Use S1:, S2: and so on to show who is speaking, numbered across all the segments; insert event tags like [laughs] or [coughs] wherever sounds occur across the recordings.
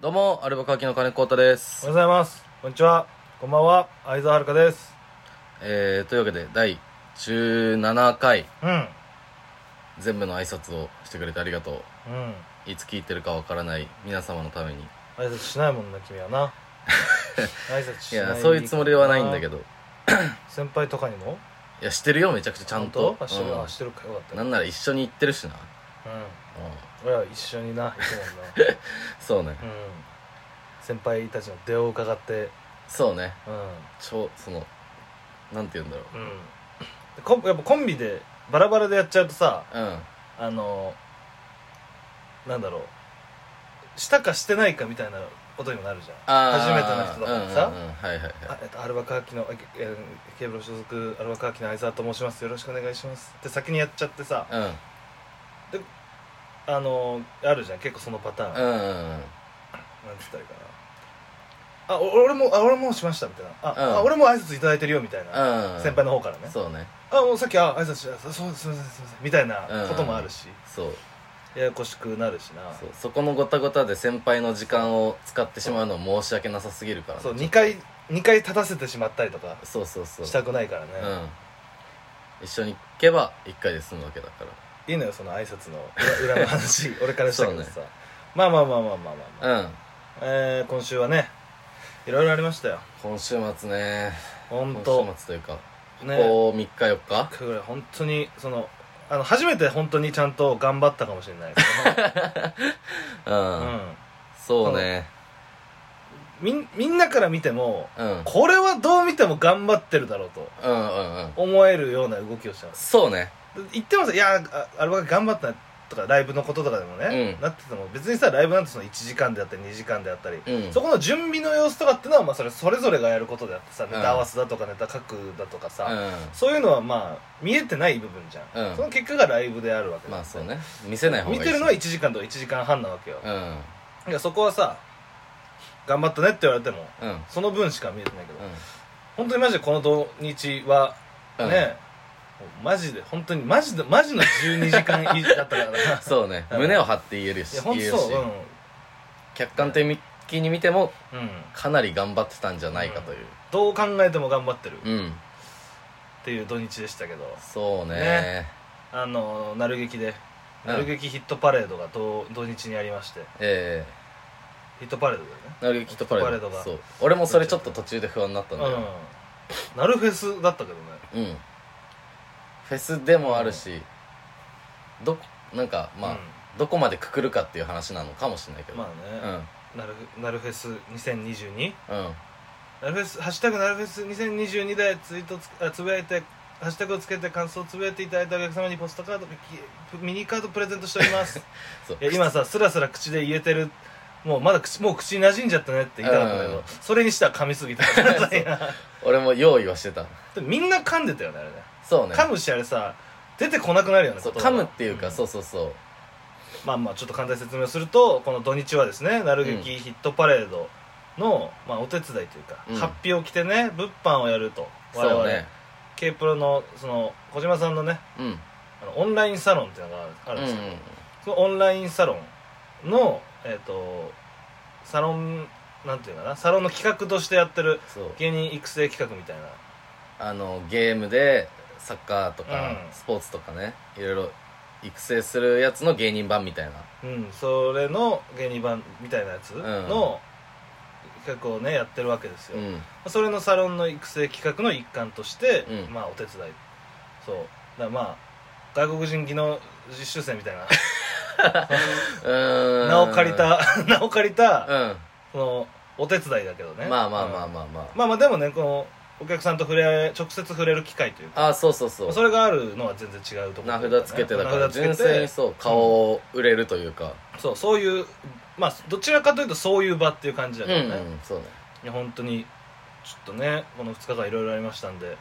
S1: どうもアルバカーキの金子太で
S2: おは
S1: す、
S2: ようございますこんにちはこんばんは相沢遥です
S1: えー、というわけで第17回
S2: うん
S1: 全部の挨拶をしてくれてありがと
S2: うん
S1: ういつ聞いてるかわからない皆様のために
S2: 挨拶しないもんな君は
S1: [laughs]
S2: な挨拶し
S1: い
S2: ない
S1: やそういうつもりはないんだけ
S2: ど
S1: ど
S2: 先輩とかにも
S1: いやしてるよめちゃくちゃちゃんと
S2: 本当あしてる、
S1: うん
S2: あしてるかよかった
S1: なんなら一緒に行ってるしな、
S2: うん俺は一緒にな行くもんな
S1: うん、そうね [laughs]
S2: うん先輩たちの出を伺って
S1: そうね
S2: うん
S1: ちょそのなんて言うんだろ
S2: うんでコンやっぱコンビでバラバラでやっちゃうとさ
S1: ううん
S2: あのなんだろうしたかしてないかみたいなことにもなるじゃん初めての人だからさ、
S1: うんうんうんはいはいはい
S2: あえっと、アルバカーキのあけえーケーブル所属アルバカーキの相沢と申しますよろしくお願いしますって先にやっちゃってさ
S1: うん
S2: あのー、あるじゃん結構そのパターン、なん
S1: うんうんうん
S2: つったらいいかなあお俺もあ俺もしましたみたいなあ,、
S1: うん
S2: あ俺も挨拶いただいてるよみたいな、
S1: うん
S2: 先輩の方からね
S1: そうね
S2: あもうさっきあ挨拶しそうそうすいませんすいませんみたいなこともあるし、
S1: そう
S2: ややこしくなるしなそ
S1: そううそこのごたごたで先輩の時間を使ってしまうのは申し訳なさすぎるからね
S2: 2回二回立たせてしまったりとか
S1: そうそうそう
S2: したくないからね、
S1: うん一緒に行けば一回で済むわけだから
S2: いいのよその挨拶の裏裏の話俺からしたけど
S1: [laughs] そ
S2: さ、まあまあまあまあまあまあ、まあ
S1: うん
S2: えー、今週はねいろいろありましたよ
S1: 今週末ね
S2: 本
S1: 今
S2: 当
S1: 週末というか
S2: ね
S1: ここ3日4日
S2: これ本当にそのあの初めて本当にちゃんと頑張ったかもしれないです
S1: う
S2: ね、
S1: んそうね
S2: うん、みみんなから見ても
S1: うんうん
S2: これはどう見ても頑張ってるだろうと
S1: うんうん
S2: 思えるような動きをしたんです
S1: そうね
S2: 言ってもさ「いやーあアルバカ頑張ったな」とかライブのこととかでもね、
S1: うん
S2: なってても別にさライブなんてその1時間であったり2時間であったり、
S1: うん
S2: そこの準備の様子とかってのはまあそれそれぞれがやることであってさ
S1: ん
S2: ネタ合わせだとかネタ書くだとかさ、
S1: うん
S2: そういうのはまあ見えてない部分じゃん、
S1: うん
S2: その結果がライブであるわけだ
S1: まあそうね見せない方がいい
S2: 見
S1: して
S2: るのは1時間とか1時間半なわけよ、
S1: う
S2: いやそこはさ頑張ったねって言われても
S1: んうんうん
S2: その分しか見えてないけど、本当にマジでこの土日は
S1: う
S2: ね、
S1: ん
S2: もうマジで本当にマジでマジの12時間以上だったから
S1: [laughs]
S2: ない
S1: そうね胸を張って言えるし
S2: や本
S1: 言える
S2: 当そう
S1: し客観的に見ても
S2: うん、うん、
S1: かなり頑張ってたんじゃないかという
S2: どう考えても頑張ってるっ
S1: うん
S2: ていう土日でしたけど
S1: そうね
S2: ねあの鳴る劇で
S1: うん
S2: 鳴る劇ヒットパレードが土土日にありまして
S1: え
S2: ヒットパレードだよね
S1: えなるきっとパレード
S2: パレードが
S1: そう俺もそれちょっと途中で不安になったんだよ
S2: うんなるフェスだったけどね
S1: うん、フェスでもあるし、どなんかまあ、どこまでくくるかっていう話なのかもしれないけ
S2: うん
S1: ど、
S2: まあね、なるなるフェス2022
S1: うんうん
S2: なるフェス「ハッシュタグなるフェス2022」でツイートつあつぶやいてハッシュタグをつけて感想をつぶやいていただいたお客様にポストカードミキミニカードプレゼントしております
S1: [laughs] そう
S2: いや今さスラスラ口で言えてるもうまだ口もう口に馴染んじゃったねって言いたかったんだけど、
S1: うん
S2: それにしては噛みすぎた
S1: [laughs]
S2: で
S1: 俺も用意はしてた
S2: もみんな噛んでたよねあれね
S1: そうね
S2: 噛むしあれさ出てこなくなるよね
S1: そう
S2: 言葉
S1: 噛むっていうか、
S2: ん
S1: そうそうそう
S2: まあまあちょっと簡単に説明をするとこの土日はですね「なる劇ヒットパレードの」まあ、お手伝いというか、
S1: うん
S2: 発表を着てね物販をやると我
S1: そう
S2: 々、
S1: ね
S2: k プロのその小島さんのね
S1: うん
S2: あのオンラインサロンっていうのがある
S1: うんん
S2: ですけど、そのオンラインサロンのえっ、とサロンなんていうかなサロンの企画としてやってる
S1: そう
S2: 芸人育成企画みたいな
S1: あのゲームでサッカーとか、
S2: うん
S1: スポーツとかねいろいろ育成するやつの芸人版みたいな
S2: うん、それの芸人版みたいなやつ
S1: ん
S2: の企画をねやってるわけですよ、
S1: うん
S2: それのサロンの育成企画の一環として、
S1: うん
S2: まあお手伝いそうだからまあ外国人技能実習生みたいな
S1: うーん
S2: 名を借りた名を借りた
S1: うん
S2: そのお手伝いだけどね
S1: まあまあまあ
S2: うん
S1: まあまあ、
S2: まあまあでもねこのお客さんと触れ直接触れる機会というか
S1: ああそうそうそう
S2: それがあるのは全然違うところ
S1: 名
S2: という
S1: 札つけてだから
S2: 名札つけて
S1: 純粋にそう顔を売れるというか
S2: そうそういうまあどちらかというとそういう場っていう感じだ
S1: うん、
S2: けどね、
S1: うん、そうね
S2: いや本当にちょっとねこの2日間いろいろありましたんで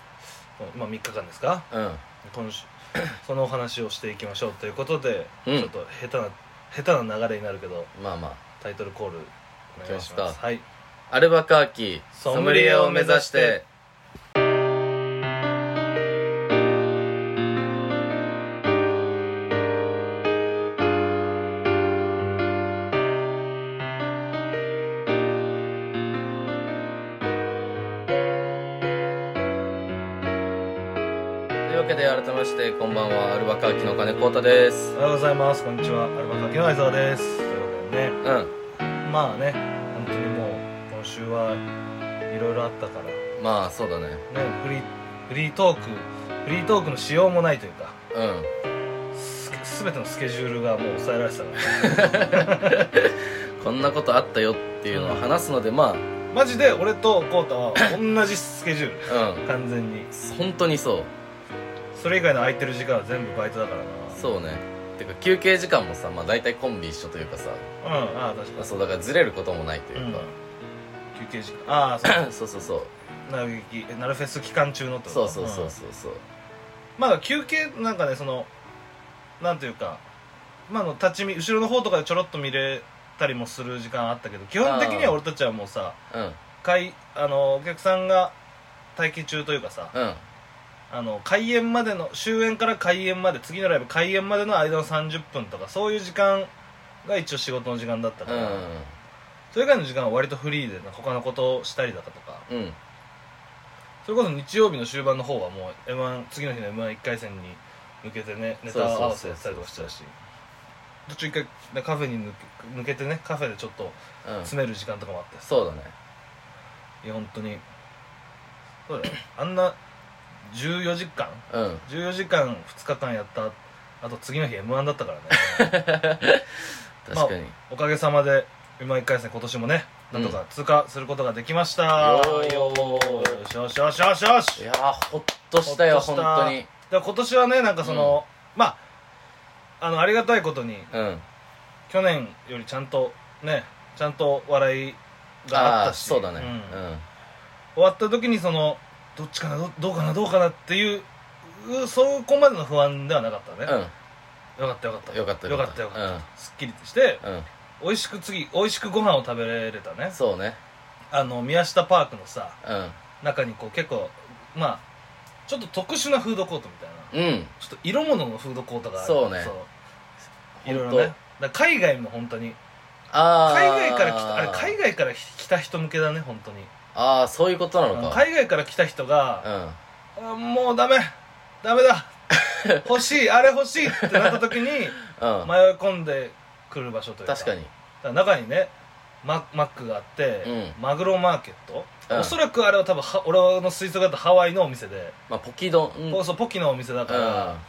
S2: まあ3日間ですか
S1: うん
S2: 今週 [coughs] そのお話をしていきましょうということで、
S1: うん
S2: ちょっと下手な下手な流れになるけど
S1: まあま
S2: タイトルコールお願いし
S1: 行きま
S2: ますす
S1: か
S2: はい
S1: あアルバカーキソムリエを目指してけで改めましてこんばんはアルバカーキの金子太です
S2: おはようございますこんにちはアルバカキの相沢ですということでね
S1: うん
S2: まあね本当にもう今週はいろいろあったからね
S1: まあそうだね
S2: フリーフリートークフリートークのしようもないというか
S1: うん
S2: す全てのスケジュールがもう抑えられてたから
S1: こんなことあったよっていうのを話すのでま
S2: マジで俺とコウタは同じスケジュール
S1: あうん
S2: 完全に
S1: 本当にそう
S2: それ以外の空いてる時間は全部バイトだからな
S1: そうねてか休憩時間もさまあ大体コンビ一緒というかさ
S2: うんああ確か
S1: まあ
S2: に
S1: そうだからずれることもないというか、
S2: 休憩時間ああそう
S1: そうそうそう [coughs]
S2: なる劇えなるフェス期間中のってこ
S1: そ
S2: と
S1: うそうそ
S2: ん
S1: うそうそう
S2: まあ休憩なんかねそのなんていうかまああの立ち見後ろの方とかでちょろっと見れたりもする時間あったけど基本的には俺たちはもうさ
S1: うん
S2: 開あのお客さんが待機中というかさ
S1: うん
S2: あの開演までの終演から開演まで次のライブ開演までの間の30分とかそういう時間が一応仕事の時間だったか
S1: う
S2: ら、
S1: ん
S2: それ以外の時間は割とフリーでな他のことをしたりだとか
S1: うん
S2: それこそ日曜日の終盤の方はもう M1 次の日の m 1 1回戦に向けてねネタ合わせやったりとかしてたし途中一回ねカフェに抜け抜けてねカフェでちょっと
S1: うん
S2: 詰める時間とかもあって
S1: そうだね
S2: いや本当にそうだよあんな14時間
S1: うん
S2: 14時間2日間やったあと次の日 m 1だったからね
S1: 確かに、
S2: おかげさまで m 1 1回戦今年もねなんとか通過することができました、
S1: よーよー
S2: よしよしよしよしよし
S1: いやーほっとしたよ
S2: ほっと
S1: 本
S2: した
S1: 当に
S2: だから今年はねなんかその、まああのありがたいことに
S1: うん
S2: 去年よりちゃんとねちゃんと笑いがあっ
S1: ああ
S2: たし
S1: そうだね
S2: ん
S1: うん、
S2: 終わった時にそのどっちかなどどうかなどうかなっていううそこまでの不安ではなかったね、
S1: うん
S2: よかったよかった
S1: よかった
S2: よかったよかったすっきりして
S1: うん、うん、
S2: 美味しく次美味しくご飯を食べれたね
S1: そうね
S2: あの宮下パークのさ
S1: うん
S2: 中にこう結構まあちょっと特殊なフードコートみたい
S1: う
S2: な
S1: ん
S2: ちょっと色物のフードコートがある
S1: そうね
S2: いろいろ
S1: ほんと
S2: ねだから海外も本当に
S1: ああ
S2: 海外から来たあれ海外から来た人向けだね本当に
S1: ああそういうことなのか
S2: 海外から来た人
S1: う
S2: が、
S1: ん
S2: あもうダメダメ
S1: [laughs]
S2: だ欲しいあれ欲しいってなった時に迷い
S1: うん
S2: 込んでくる場所というか
S1: 確かに
S2: だから中にねママックがあって、
S1: う
S2: マグロマーケット、
S1: うん
S2: おそらくあれは多分は俺の水槽があったハワイのお店で、
S1: まあポキ丼うん
S2: ポそうポキのお店だか
S1: う
S2: ら、
S1: ん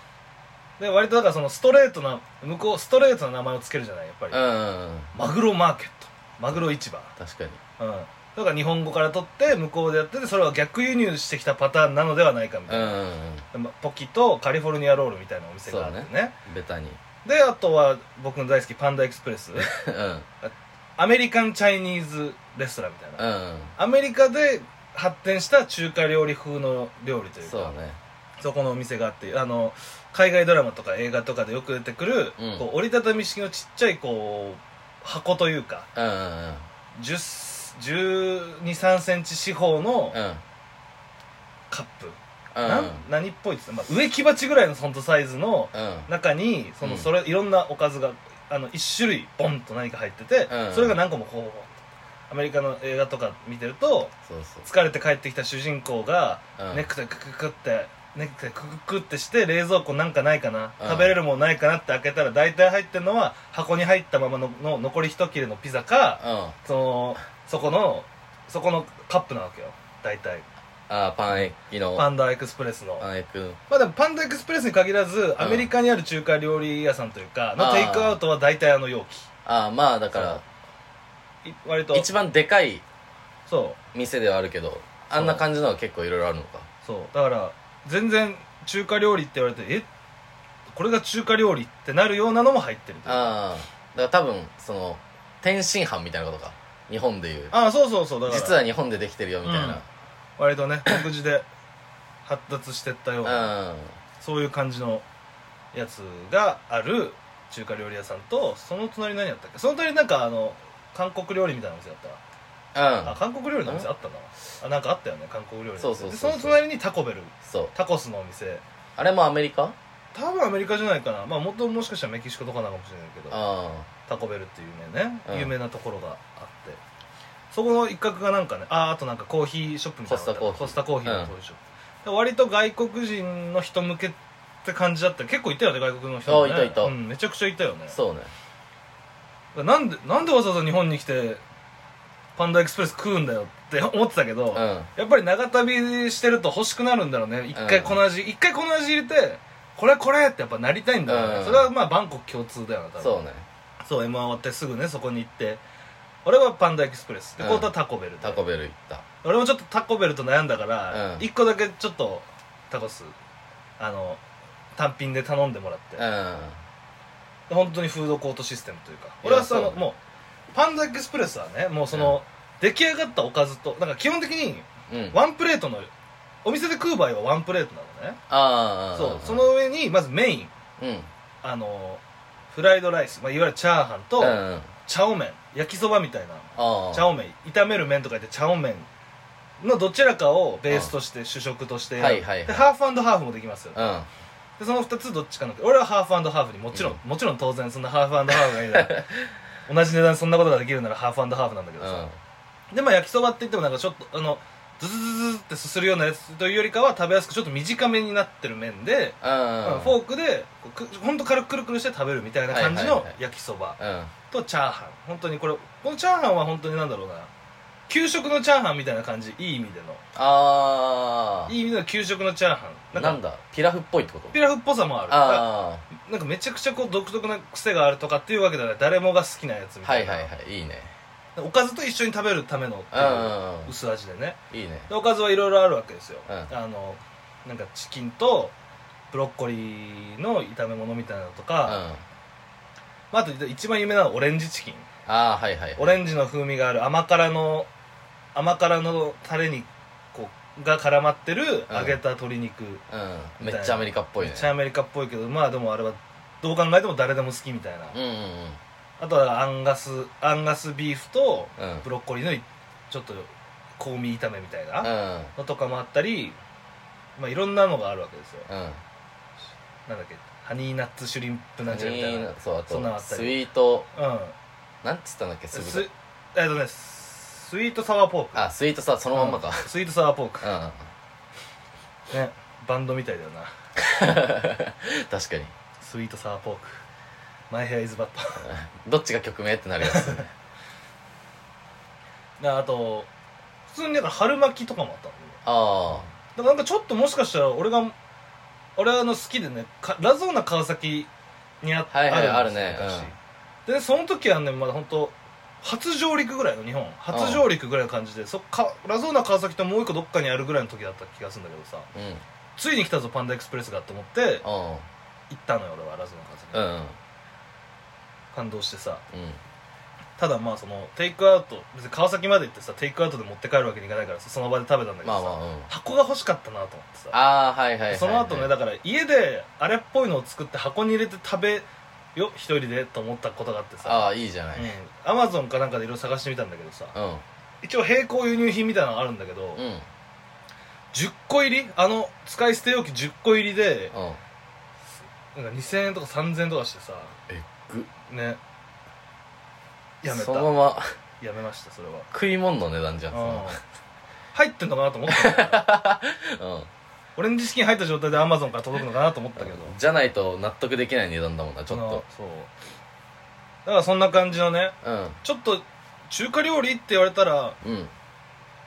S2: で割とだからそのストレートな向こうストレートな名前をつけるじゃないやっぱり、
S1: うん
S2: マグロマーケットマグロ市場
S1: 確かに
S2: うんだから日本語から取って向こうでやっててそれは逆輸入してきたパターンなのではないかみた
S1: う
S2: い
S1: ん
S2: な、
S1: うん
S2: まあポキとカリフォルニアロールみたいなお店があってね
S1: そううんベタに
S2: であとは僕の大好きパンダエクスプ
S1: [laughs]
S2: レス
S1: うん
S2: アメリカンチャイニーズレストランみたい
S1: う
S2: な、
S1: ん
S2: アメリカで発展した中華料理風の料理という
S1: そう
S2: か
S1: ね
S2: そこのお店があってあの海外ドラマとか映画とかでよく出てくる、
S1: うん
S2: こう折りたたみ式のちっちゃいこう箱というか
S1: うんうん
S2: 1 2 3センチ四方の
S1: うん
S2: カップ、
S1: うんうん
S2: なん何っぽいっつって、まあ、植木鉢ぐらいのほんとサイズの
S1: うん
S2: 中にその、
S1: うん
S2: それいろんなおかずがあの1種類ボンと何か入ってて、
S1: うん
S2: それが何個もこうアメリカの映画とか見てると
S1: そうそ
S2: 疲れて帰ってきた主人公が
S1: ううん
S2: ネクタイクククってネクタイクククってして冷蔵庫なんかないかな、
S1: うん
S2: 食べれるもんないかなって開けたら大体入ってるのは箱に入ったままのの残り一切れのピザか
S1: うんあ
S2: そのそこのそこのカップなわけよ大体
S1: あパン駅の
S2: パンダエクスプレスの
S1: パン駅の
S2: まあでもパンダエクスプレスに限らずアメリカにある中華料理屋さんというかの
S1: あー
S2: テイクアウトは大体あの容
S1: ああまあだか
S2: 器い割と
S1: ら一番でかい
S2: そう
S1: 店ではあるけどあんな感じのは結構いろいろあるのか
S2: そうだから全然中華料理って言われてえこれが中華料理ってなるようなのも入ってる
S1: ああだから多分その天津飯みたいなことか日本でいう
S2: ああそうそうそうだから
S1: 実は日本でできてるよみたいな
S2: 割
S1: [coughs]
S2: とね独自で発達してったよう
S1: う
S2: なんそういう感じのやつがある中華料理屋さんとその隣何やったっけその隣なんかあの韓国料理みたいなお店だったわ
S1: うん
S2: あ韓国料理のお店あったなあなんかあったよね韓国料理のお店
S1: そうそうそうそう
S2: でその隣にタコベル
S1: そう
S2: タコスのお店
S1: あれもアメリカ
S2: 多分アメリカじゃないかなまあ元々もしかしたらメキシコとかなのかもしれないけど
S1: あ
S2: タコベルっていうね、
S1: うん
S2: 有名なところがあってそこの一角がなんかねああとなんかコーヒーショップみたいなのがあって
S1: コスタコーヒー
S2: コスタコーヒーのコーヒーショップ、割と外国人の人向けって感じだった結構いたよね外国の人も、ね、
S1: あいたいた
S2: うん、めちゃくちゃいたよね
S1: そうね
S2: なんでなんでわざわざ日本に来てパンダエクスプレス食うんだよって思ってたけど、
S1: うん
S2: やっぱり長旅してると欲しくなるんだろうね一回この味、一回この味入れてこれこれってやっぱなりたいんだろうね、
S1: うん
S2: それはまあバンコク共通だよな多分
S1: そうね
S2: そう M1 終わってすぐねそこに行って俺はパンダエクスプレスで
S1: うん
S2: コートはタコベルで、
S1: タコベル行った
S2: 俺もちょっとタコベルと悩んだから、
S1: うん
S2: 一個だけちょっとタコスあの単品で頼んでもらって、
S1: う
S2: 本当にフードコートシステムというか
S1: いや
S2: 俺はそ
S1: そ
S2: の
S1: う
S2: もうパンダエクスプレスはねもうその、出来上がったおかずとなんか基本的に
S1: んうんあ
S2: ワンプレートのお店で食う場合はワンプレートなのね
S1: あ
S2: そうその上にまずメイン
S1: うん
S2: あのフライドライス、まあ、いわゆるチャーハンと、
S1: うんうん
S2: チャオ麺焼きそばみたいな
S1: ああ
S2: チャオ麺炒める麺とか言ってチャオ麺のどちらかをベースとして主食として
S1: はいはいはい
S2: でハーフハーフもできますよ
S1: うん
S2: でその2つどっちかなって俺はハーフハーフにもちろん、
S1: うん
S2: もちろん当然そんなハーフハーフがいいな
S1: [laughs]
S2: 同じ値段でそんなことができるならハーフハーフなんだけどさ、でまあ焼きそばって言ってもなんかちょっとあのズズズズってすするようなやつというよりかは食べやすくちょっと短めになってる麺で、
S1: うんうん
S2: フォークでこうくほんと軽くくるくるして食べるみたいな感じ
S1: はい
S2: の
S1: はいはい
S2: 焼きそば、
S1: うん
S2: とチャーハン本当にこれこのチャーハンは本当になんだろうな給食のチャーハンみたいな感じいい意味での
S1: ああ
S2: いい意味での給食のチャーハン
S1: なん
S2: か
S1: だピラフっぽいってこと
S2: ピラフっぽさもある
S1: あ
S2: なんかめちゃくちゃこう独特な癖があるとかっていうわけではない誰もが好きなやつ
S1: あ
S2: み
S1: は
S2: たい
S1: い
S2: な、
S1: はいはいいいね
S2: おかずと一緒に食べるためのっ
S1: う
S2: てい
S1: ん
S2: う
S1: うんうん
S2: 薄味でね
S1: いいね
S2: でおかずはいろいろあるわけですよ、
S1: うん
S2: あのなんかチキンとブロッコリーの炒め物みたいなのと
S1: うん
S2: か、
S1: あ
S2: まあ、あと一番有名なのはオレンジチキン
S1: あはいはい
S2: オレンジの風味がある甘辛の甘辛のタレにこうが絡まってる
S1: うん
S2: 揚げた鶏肉、
S1: うんめっちゃアメリカっぽいね
S2: めっちゃアメリカっぽいけどまあでもあれはどう考えても誰でも好きみたいな、
S1: うんうんうん
S2: あとはアンガスアンガスビーフと
S1: うん
S2: ブロッコリーのいちょっと香味炒めみたいな
S1: うん
S2: のとかもあったり、まあ、いろんなのがあるわけですよ
S1: うん
S2: なんだっけハニーナッツシュリンプなんちゃらみたいな
S1: そうあ
S2: そんなのあ
S1: と
S2: ったり
S1: スイート
S2: うん
S1: なんつったんだっけ酢
S2: す
S1: 豚
S2: えっとねスイートサワーポーク
S1: あスイートさそのまんまか
S2: スイートサワーポーク
S1: う、ん
S2: ねバンドみたいだよな
S1: 確かに
S2: スイートサワーポークマイヘアイズバッタ
S1: どっちが曲名ってなるや
S2: [laughs]
S1: つ
S2: ーあと普通になんか春巻きとかもあったのね
S1: あ
S2: だからなんかちょっともしかしたら俺が俺はあの好きでねかラゾーナ川崎にあ,、
S1: はいはい
S2: んですよ
S1: あるね
S2: 昔でねその時はねまだ本当初上陸ぐらいの日本初上陸ぐらいの感じで、そっかラゾーナ川崎ともう一個どっかにあるぐらいの時だった気がするんだけどさ
S1: あうんうん
S2: ついに来たぞパンダエクスプレスがと思って行ったのよ俺はラゾーナ川崎、
S1: うん
S2: 感動してさ
S1: うん
S2: ただまあそのテイクアウト別に川崎まで行ってさテイクアウトで持って帰るわけにいかないからさその場で食べたんだけど
S1: ま
S2: さ、
S1: あまあうん
S2: 箱が欲しかったなと思ってさ
S1: ああはいはいはいはい
S2: その後ねだから家であれっぽいのを作って箱に入れて食べよ一人でと思ったことがあってさ
S1: ああいいじゃないうん
S2: アマゾンかなんかでいろいろ探してみたんだけどさ一応並行輸入品みたいなのあるんだけど、
S1: うんうん
S2: 10個入りあの使い捨て容器10個入りでなんか2000円とか3000円とかしてさ
S1: えぐ
S2: ねやめた
S1: そのま [laughs] ま
S2: やめましたそれは
S1: 食い物の値段じゃん [laughs] その
S2: 入ってんのかなと思ったんだけど
S1: うん
S2: オレンジ資金入った状態でアマゾンから届くのかなと思ったけど
S1: じゃないと納得できない値段だもんなちょっ
S2: な
S1: と
S2: そうだからそんな感じのね
S1: うん
S2: ちょっと中華料理って言われたら
S1: うん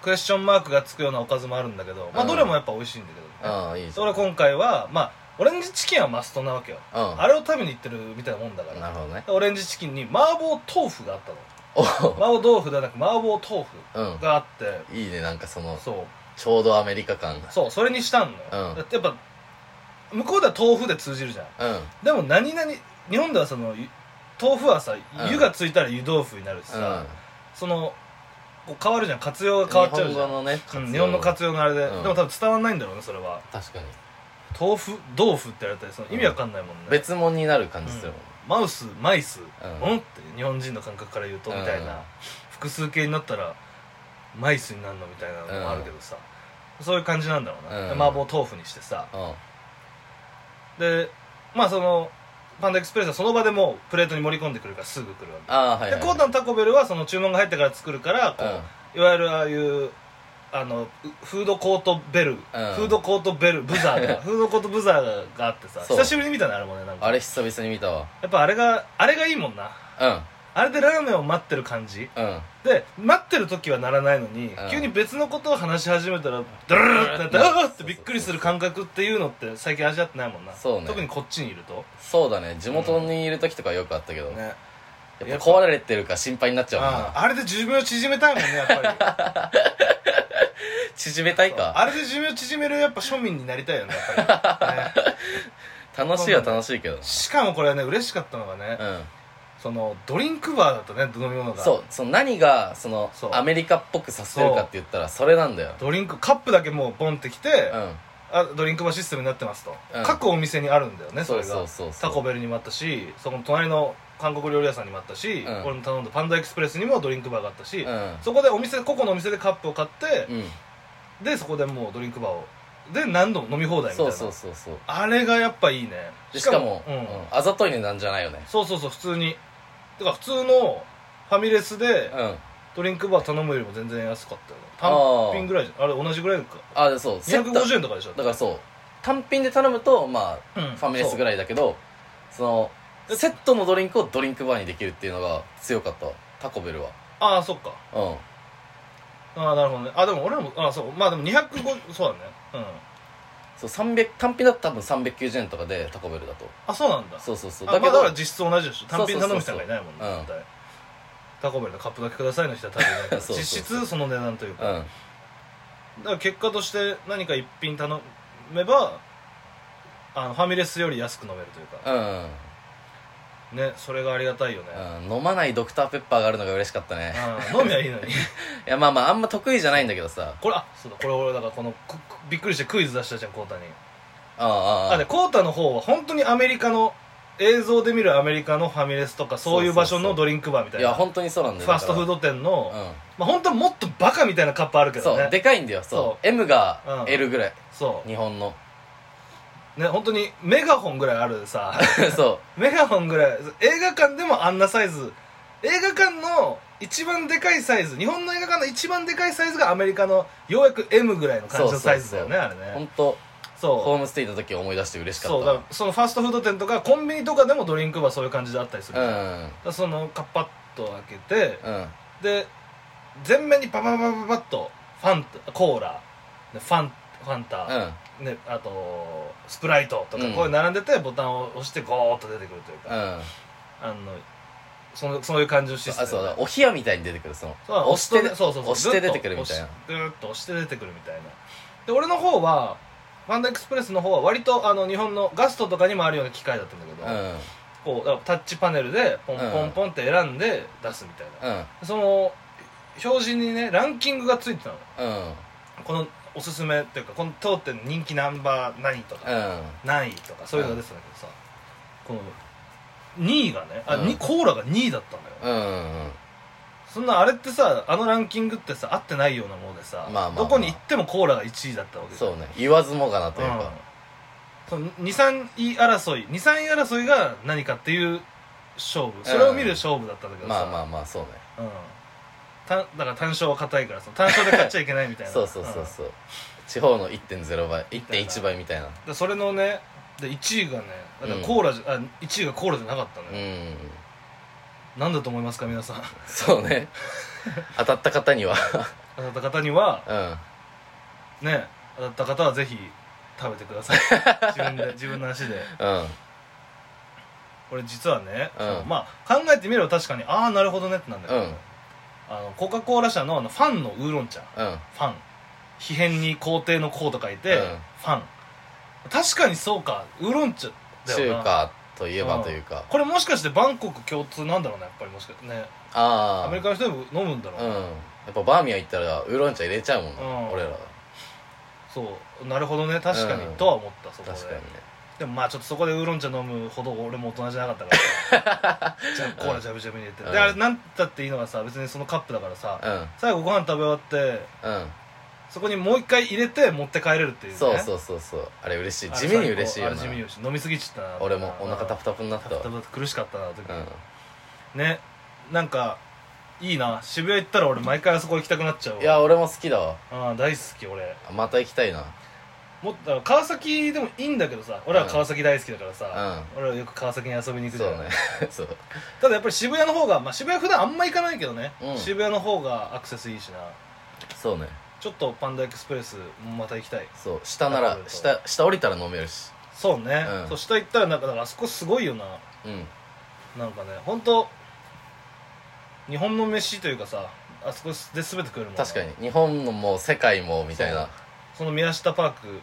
S2: クエスチョンマークがつくようなおかずもあるんだけどまあ
S1: うん
S2: どれもやっぱ美味しいんだけどね
S1: ああいい
S2: それ今回はまあオレンジチキンはマストなわけよ
S1: うん
S2: あれを食べに行ってるみたいなもんだか
S1: な
S2: ら
S1: るほどね
S2: オレンジチキンに麻婆豆腐があったの
S1: お
S2: 麻婆豆腐ではなく麻婆豆腐
S1: うん
S2: があって
S1: いいねなんかその
S2: そう
S1: ちょうどアメリカ感が
S2: そうそれにしたんのよ
S1: うん
S2: だってやっぱ向こうでは豆腐で通じるじゃん
S1: うん
S2: でも何々日本ではそのゆ豆腐はさ湯がついたら湯豆腐になるし
S1: うん
S2: さ、そのこう変わるじゃん活用が変わっちゃう
S1: 日
S2: じゃ
S1: 本
S2: ん
S1: 語のね
S2: うん日本の活用のあれで、
S1: うん
S2: でも多分伝わんないんだろうねそれは
S1: 確かに
S2: 豆腐豆腐って言われたりその意味わかんないもんね、
S1: 別物になる感じするもん
S2: マウスマイス、
S1: うん
S2: うんって日本人の感覚から言うとみたいな、
S1: うん
S2: 複数形になったらマイスになるのみたいなのもあるけどさ、そういう感じなんだろうな、
S1: うん
S2: で麻婆豆腐にしてさ
S1: うん
S2: でまあそのパンダエクスプレスはその場でもうプレートに盛り込んでくるからすぐ来るわけ
S1: ああはい
S2: でコータのタコベルはその注文が入ってから作るからこう、いわゆるああいうあのうフードコートベル、フードコートベルブザ
S1: [laughs]
S2: ーがフードコートブザーがあってさ
S1: そう
S2: 久しぶりに見たねあれもねなんか
S1: あれ久々に見たわ
S2: やっぱあれがあれがいいもんな
S1: う
S2: あれでラーメンを待ってる感じ
S1: んうん
S2: で待ってる時はならないのに、
S1: うん
S2: 急に別のことを話し始めたらドルルルってなって
S1: うん
S2: あーってびっくりする感覚っていうのって最近味わってないもんな
S1: そうね
S2: 特にこっちにいると
S1: そうだね地元にいる時とかよくあったけど、や
S2: ね
S1: っぱ壊れてるか心配になっちゃうもん
S2: あ
S1: な
S2: あれで寿命縮めたいもんねやっ
S1: [laughs]
S2: ぱ
S1: 縮めたい
S2: り
S1: か
S2: あれで寿命縮めるやっぱ庶民になりたいよねや
S1: [laughs]
S2: っぱり、ね
S1: 楽しいは楽しいけどう
S2: しかもこれはね嬉しかったのがね、
S1: ん
S2: そのドリンクバーだとね飲み物が
S1: そうその何がその
S2: そう
S1: アメリカっぽくさせてるかって言ったらそれなんだよ
S2: ドリンクカップだけもうポンってきて、
S1: うん
S2: あドリンクバーシステムになってますと、
S1: うん
S2: 各お店にあるんだよねそれが
S1: そうそうそうそう
S2: タコベルにもあったしその隣の韓国料理屋さんにもあったし、
S1: うん
S2: 俺の頼んだパンダエクスプレスにもドリンクバーがあったし、
S1: うん
S2: そこでお店個々のお店でカップを買って、
S1: うん
S2: でそこでもうドリンクバーをで何度も飲み放題みたい
S1: そう
S2: な
S1: そうそうそう
S2: あれがやっぱいいね
S1: でしかも
S2: うん
S1: うんあざとい値段じゃないよね
S2: そうそうそう普通にてか普通のファミレスで
S1: うん
S2: ドリンクバー頼むよりも全然安かった
S1: あ
S2: よ
S1: ー
S2: 単品ぐらいじゃんあれ同じぐらいか
S1: あでそうセット
S2: 250円とかでしょ
S1: だからそう単品で頼むとまあ
S2: うん
S1: ファミレスぐ
S2: らい
S1: らいだけどそのセットのドリンクをドリンクバーにできるっていうのが強かったわタコベルは
S2: ああそっか
S1: うん
S2: ああなるほどねあでも俺らもああそうまあでも250そうだねうん
S1: そう300単品だと多分390円とかでタコベルだと
S2: あそうなんだ
S1: そうそうそう
S2: あまあだ
S1: だけど、
S2: から実質同じでしょ単品頼む人がいないもん
S1: そう
S2: ね
S1: そう
S2: 絶対タコベルのカップだけくださいの人は多分いないから
S1: [laughs] そうそうそう
S2: 実質その値段というかだ
S1: うん
S2: から結果として何か一品頼めばあのファミレスより安く飲めるというか
S1: うん、
S2: ねそれがありがたいよね
S1: うん、飲まないドクターペッパーがあるのが嬉しかったね
S2: うん飲みはいいのに [laughs]
S1: いやまあまああんま得意じゃないんだけどさ
S2: これあそうだこれ俺だからこのくくびっくりしてクイズ出したじゃんコータに
S1: あああ
S2: あでコータの方は本当にアメリカの映像で見るアメリカのファミレスとかそういう場所のドリンクバーみた
S1: あ
S2: い
S1: いや
S2: なフ
S1: 本当にそうなんだよ
S2: ァストフー
S1: ド
S2: ド店の、
S1: うん
S2: まあ本当はもっとバカみたいなカップあるけど
S1: そう
S2: ね
S1: でかいんだよそう
S2: そ
S1: M が
S2: うん
S1: L ぐらい、
S2: そ
S1: 日本の
S2: うね本当にメガホンぐらいあるさ [laughs]
S1: [laughs] そ
S2: メガホンぐらい映画館でもあんなサイズ映画館の一番でかいサイズ日本の映画館の一番でかいサイズがアメリカのようやく M ぐらいの感じのサイズだよねあれ
S1: う
S2: ね
S1: 本当
S2: そう
S1: ホームステイの時思い出して嬉しかった
S2: そうだからそのファーストフード店とかコンビニとかでもドリンクバーそういう感じであったりする、だか
S1: うん
S2: らそのカッパッと開けて
S1: うん
S2: で全面にパパパパパッとファンタコーラでファンファン
S1: う
S2: タ、
S1: ん
S2: ね、あとスプライトとか
S1: うん
S2: こういう並んでてボタンを押してゴーッと出てくるというか、
S1: うん
S2: あのそのそういう感じのシステ
S1: あ
S2: ム
S1: そうだお冷やみたいに出てくるその
S2: そう
S1: 押して
S2: 押すとねそうそうそう
S1: 押して出てくるみたいな
S2: ぐーっと押して出てくるみたいなで俺の方はファンダエクスプレスの方は割とあの日本のガストとかにもあるような機械だったんだけど、
S1: うん
S2: こうだからタッチパネルでポン
S1: うん
S2: ポンポンって選んで出すみたいな、
S1: うん
S2: その表示にねランキングがついてたの
S1: うん
S2: このおすすめっていうかこの当店人気ナンバー何とか、
S1: うん
S2: 何位とかそういうのが出てたんだけどさ、この2位がねあ、
S1: うん
S2: にコーラが2位だったんだ
S1: う
S2: よ
S1: んうん
S2: そんなあれってさあのランキングってさ合ってないようなものでさ、
S1: まあまあまあ
S2: どこに行ってもコーラが1位だったわけ
S1: そうね言わずもがなというか
S2: 23位争い23位争いが何かっていう勝負それを見る勝負だったんだけど
S1: まあ
S2: さ、
S1: まあまあそうね
S2: うんただから単勝は硬いからその単勝で勝っちゃいけないみたい
S1: [laughs]
S2: な
S1: そうそうそうそう地方の1.0倍1.1倍みたいな
S2: うんでそれのねで1位がねだから
S1: うん
S2: コーラじゃ、あ1位がコーラじゃなかった
S1: う
S2: のよ、
S1: ん
S2: なんだと思いますか皆さん
S1: そう
S2: [laughs]
S1: ね当たった方には
S2: 当たった方には
S1: うん
S2: ね当たった方はぜひ食べて
S1: [laughs]
S2: ください自分で自分の足で
S1: うん
S2: 俺実はね、
S1: うん
S2: そのまあ考えてみれば確かにああなるほどねってなんだけど、
S1: うん
S2: あのコカ・コーラ社のあのファンのウーロン茶
S1: うん
S2: ファン秘変に皇帝の皇と書いて、
S1: うん
S2: ファン確かにそうかウーロン茶だ
S1: 中
S2: よな
S1: 華といえばというか
S2: これもしかしてバンコク共通なんだろうねやっぱりもしかしてね
S1: ああ
S2: アメリカの人でも飲むんだろう
S1: う
S2: ね、
S1: んやっぱバーミヤン行ったらウーロン茶入れちゃうもん
S2: う
S1: なん俺ら
S2: そうなるほどね確かに、
S1: うん
S2: とは思ったそこで
S1: 確かにね
S2: でもまあちょっとそこでウーロン茶飲むほど俺も大人じゃなかっ
S1: [laughs]
S2: たからじゃあコーラジャブジャブに入れて、
S1: うん
S2: であれなんだっていいのがさ別にそのカップだからさ、
S1: うん
S2: 最後ご飯食べ終わってそこにもう一回入れて持って帰れるっていう
S1: うん
S2: ね
S1: そうそう
S2: う
S1: そうそうあれ嬉しい地味に嬉しいよ
S2: あれ
S1: な
S2: 地味に嬉しい飲みすぎちゃったな
S1: 俺もお腹タプタプになっ
S2: タ
S1: た
S2: プ
S1: わ
S2: タプ苦しかったなあの時、
S1: うん
S2: ねなんかいいな渋谷行ったら俺毎回あそこ行きたくなっちゃうわ
S1: いや俺も好きだわ
S2: あー大好き俺
S1: また行きたいな
S2: もっと川崎でもいいんだけどさ俺は川崎大好きだからさ、
S1: う
S2: 俺はよく川崎に遊びに行くじ
S1: そ
S2: ゃ、
S1: うんね [laughs] そう
S2: ただやっぱり渋谷の方が、まあ、渋谷普段あんま行かないけどね、
S1: うん
S2: 渋谷の方がアクセスいいしな
S1: そうね
S2: ちょっとパンダエクスプレスまた行きたい
S1: そう下な
S2: な
S1: ら
S2: るほど
S1: 下下降りたら飲めるし
S2: そうね、
S1: うん
S2: そう下行ったらなんかだからあそこすごいよな
S1: うん
S2: なんかね本当日本の飯というかさあそこで全て食えるもんな
S1: 確かに日本のもう世界もみたいな
S2: その宮下パーク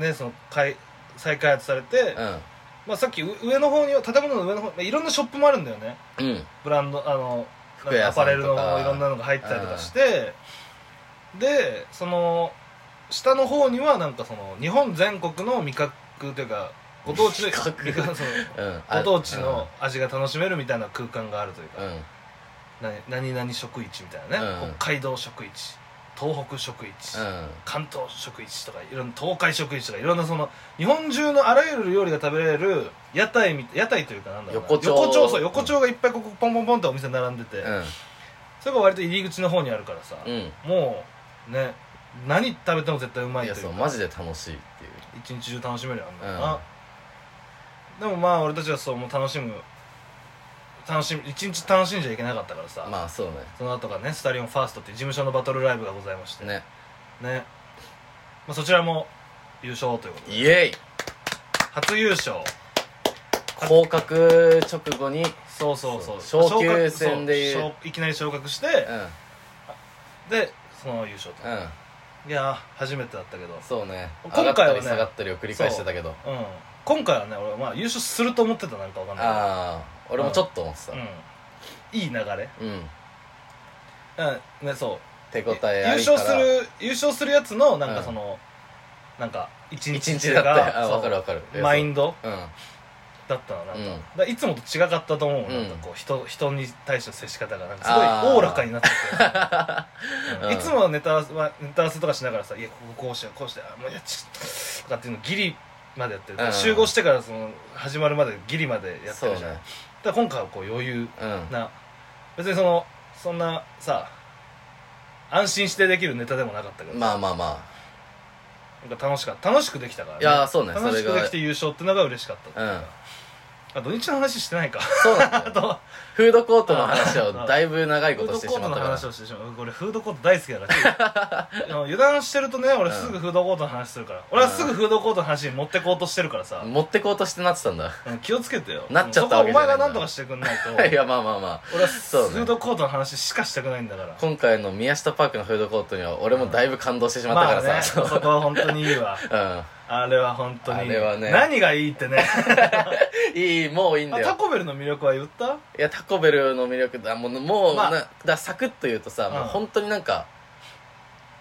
S2: ねその開再開発されて、まあ、さっきう上の方には建物の上の方まあいろんなショップもあるんだよね
S1: うんうん
S2: ブランドあの
S1: 服屋
S2: ア
S1: さん
S2: パ
S1: とか
S2: レルのいろんなのが入ってたりとかして、でその下の方にはなんかその日本全国の味覚というかご当地の
S1: 味覚
S2: 味覚その
S1: うん
S2: ご
S1: あ
S2: 当地の味が楽しめるみたいな空間があるというか、
S1: うんうん
S2: 何何々食市みたいなね、
S1: うん
S2: 北海道食市東北食市、関東食市とかいろんな東海食市とかいろんなその日本中のあらゆる料理が食べれる屋台み屋台というかなんだろうな
S1: 横丁
S2: 横丁そう横丁がいっぱいここポンポンポンってお店並んでて、
S1: うん
S2: それが割と入り口の方にあるからさ、
S1: うん
S2: もうね何食べても絶対うま
S1: い
S2: いと
S1: や
S2: いう
S1: そう
S2: か
S1: マジで楽しいっていう
S2: 一日中楽しめるよあんなの
S1: うん
S2: な、でもまあ俺たちはそうもう楽しむ楽しむ一日楽しんじゃいけなかったからさ、
S1: まあそう
S2: その後がねスタリオンファーストっていう事務所のバトルライブがございまして
S1: ねね
S2: ねまあ、そちらも優勝ということで
S1: イエイ
S2: 初優勝
S1: 降格直後に
S2: そうそうそう
S1: そう
S2: 昇格
S1: 昇級戦でいう
S2: そう昇いきなり昇格して
S1: うん
S2: でその優勝と、
S1: うん
S2: いやー初めてだったけど
S1: そうね
S2: 今
S1: 上がっ
S2: 回
S1: た
S2: はね
S1: り下がったりを繰り返してたけど
S2: うん今回はね俺はまあ優勝すると思ってたなんかわかんない
S1: ああ俺もちょっと思ってた
S2: けどうんいい流れ
S1: うん
S2: うんねそう
S1: 手応
S2: 優
S1: えあり
S2: 勝
S1: か
S2: す
S1: ら
S2: る優勝するやつのなん
S1: う
S2: か
S1: ん
S2: その、なんか一日
S1: 一日だったよあ
S2: そう
S1: 分かる分かるいや
S2: マインド
S1: そううん
S2: だったのなんか,、
S1: うん
S2: いつもと違かったと思う、なんかこう人人に対しての接し方がなんかすごいおおらかになって
S1: [laughs]
S2: て、
S1: うん
S2: うんいつもはネタ合わせはネタ合わせとかしながらさ「いやこここうしようこうしてあもうやっちゃった」とかっていうのギリまでやってる、
S1: うん
S2: 集合してからその始まるまでギリまでやって
S1: そう
S2: るじゃん、
S1: ね
S2: だから今回はこう余裕
S1: うん
S2: な別にそのそんなさ安心してできるネタでもなかったけど、
S1: まあまあま
S2: なんか楽しかった楽しくできたから、
S1: あ
S2: ね、
S1: いやーそうねそ
S2: 楽
S1: れ
S2: しく
S1: が
S2: できて優勝ってのが嬉しかったっていうかあ土日の話してないか
S1: そうなんだよ
S2: [laughs] あと
S1: フードコートの話をだいぶ長い
S2: フ
S1: こ
S2: ー
S1: と
S2: ド
S1: して
S2: コ
S1: し
S2: ー
S1: ま
S2: ト
S1: っ
S2: の
S1: たから
S2: 話をしてしまう俺フードコート大好きだから
S1: [laughs]
S2: あの油断してるとね俺すぐフードコートの話するから、俺はすぐフードコートの話に持ってこうとしてるからさ、
S1: 持ってこうとしてなってたんだ
S2: うん気をつけてよ
S1: なっちゃったわけじゃないんだ
S2: そこはお前が何とかしてくんない
S1: [laughs]
S2: と
S1: いやまあまあまあ
S2: 俺は
S1: そうね
S2: フードコートの話しかしたくないんだから
S1: 今回の宮下パークのフードコートには俺もだいぶ感動してしまったからさ、
S2: まあね、そこは本当にいいわあれは本当にいい
S1: あれはね
S2: 何がいいってね
S1: [laughs] うんいいもういいん
S2: あ
S1: だ
S2: タ
S1: よ
S2: コベルの魅力は言った
S1: いやタコベルの魅力だもうもう、
S2: まあ
S1: なだサクッと言うとさ、
S2: うん
S1: もう本当になんか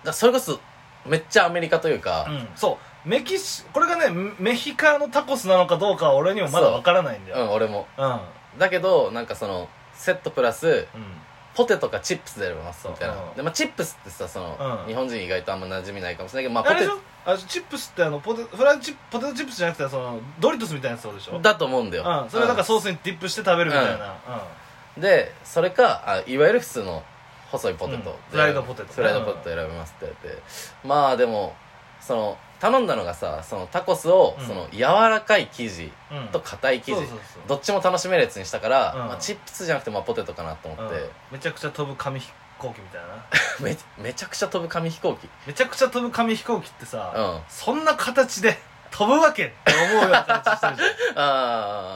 S1: だそれこそめっちゃアメリカという
S2: う
S1: か、
S2: んそうメキシこれがねメヒカのタコスなのかどうかは俺にはまだわからないんだ
S1: うん
S2: よ
S1: 俺も
S2: うんうん
S1: だけどなんかそのセットプラス
S2: うん
S1: ポテトかチップスでやりますみたいな、
S2: うん
S1: でまあ、チップスってさその、
S2: うん
S1: 日本人意外とあんま馴染みないかもしれないけど、まあ、
S2: あ
S1: ポ
S2: れで
S1: テ
S2: しょあチップスってあのポテフライチップポテトチップスじゃなくてそのドリトスみたいなやつそうでしょ
S1: トだと思うんだよ、
S2: うんそれをなんかソースにディップして食べるみたいな、うん
S1: でそれかあいわゆる普通の細いポテトで、
S2: うんフライドポテトね
S1: フライドポテト選びますって言って、まあでもその頼んだのがさそのタコスを、
S2: うん
S1: その柔らかい生地
S2: うん
S1: と硬い生地、
S2: そうそうそう
S1: どっちも楽しめるやつにしたから、
S2: うん
S1: まあ、チップスじゃなくてまあポテトかなと思って、
S2: うんめちゃくちゃ飛ぶ紙飛行機みたいな
S1: めめちゃくちゃ飛ぶ紙飛行機
S2: めちゃくちゃ飛ぶ紙飛行機って
S1: うん
S2: さ、
S1: あ
S2: そんな形で飛ぶわけって思うような形してるじゃん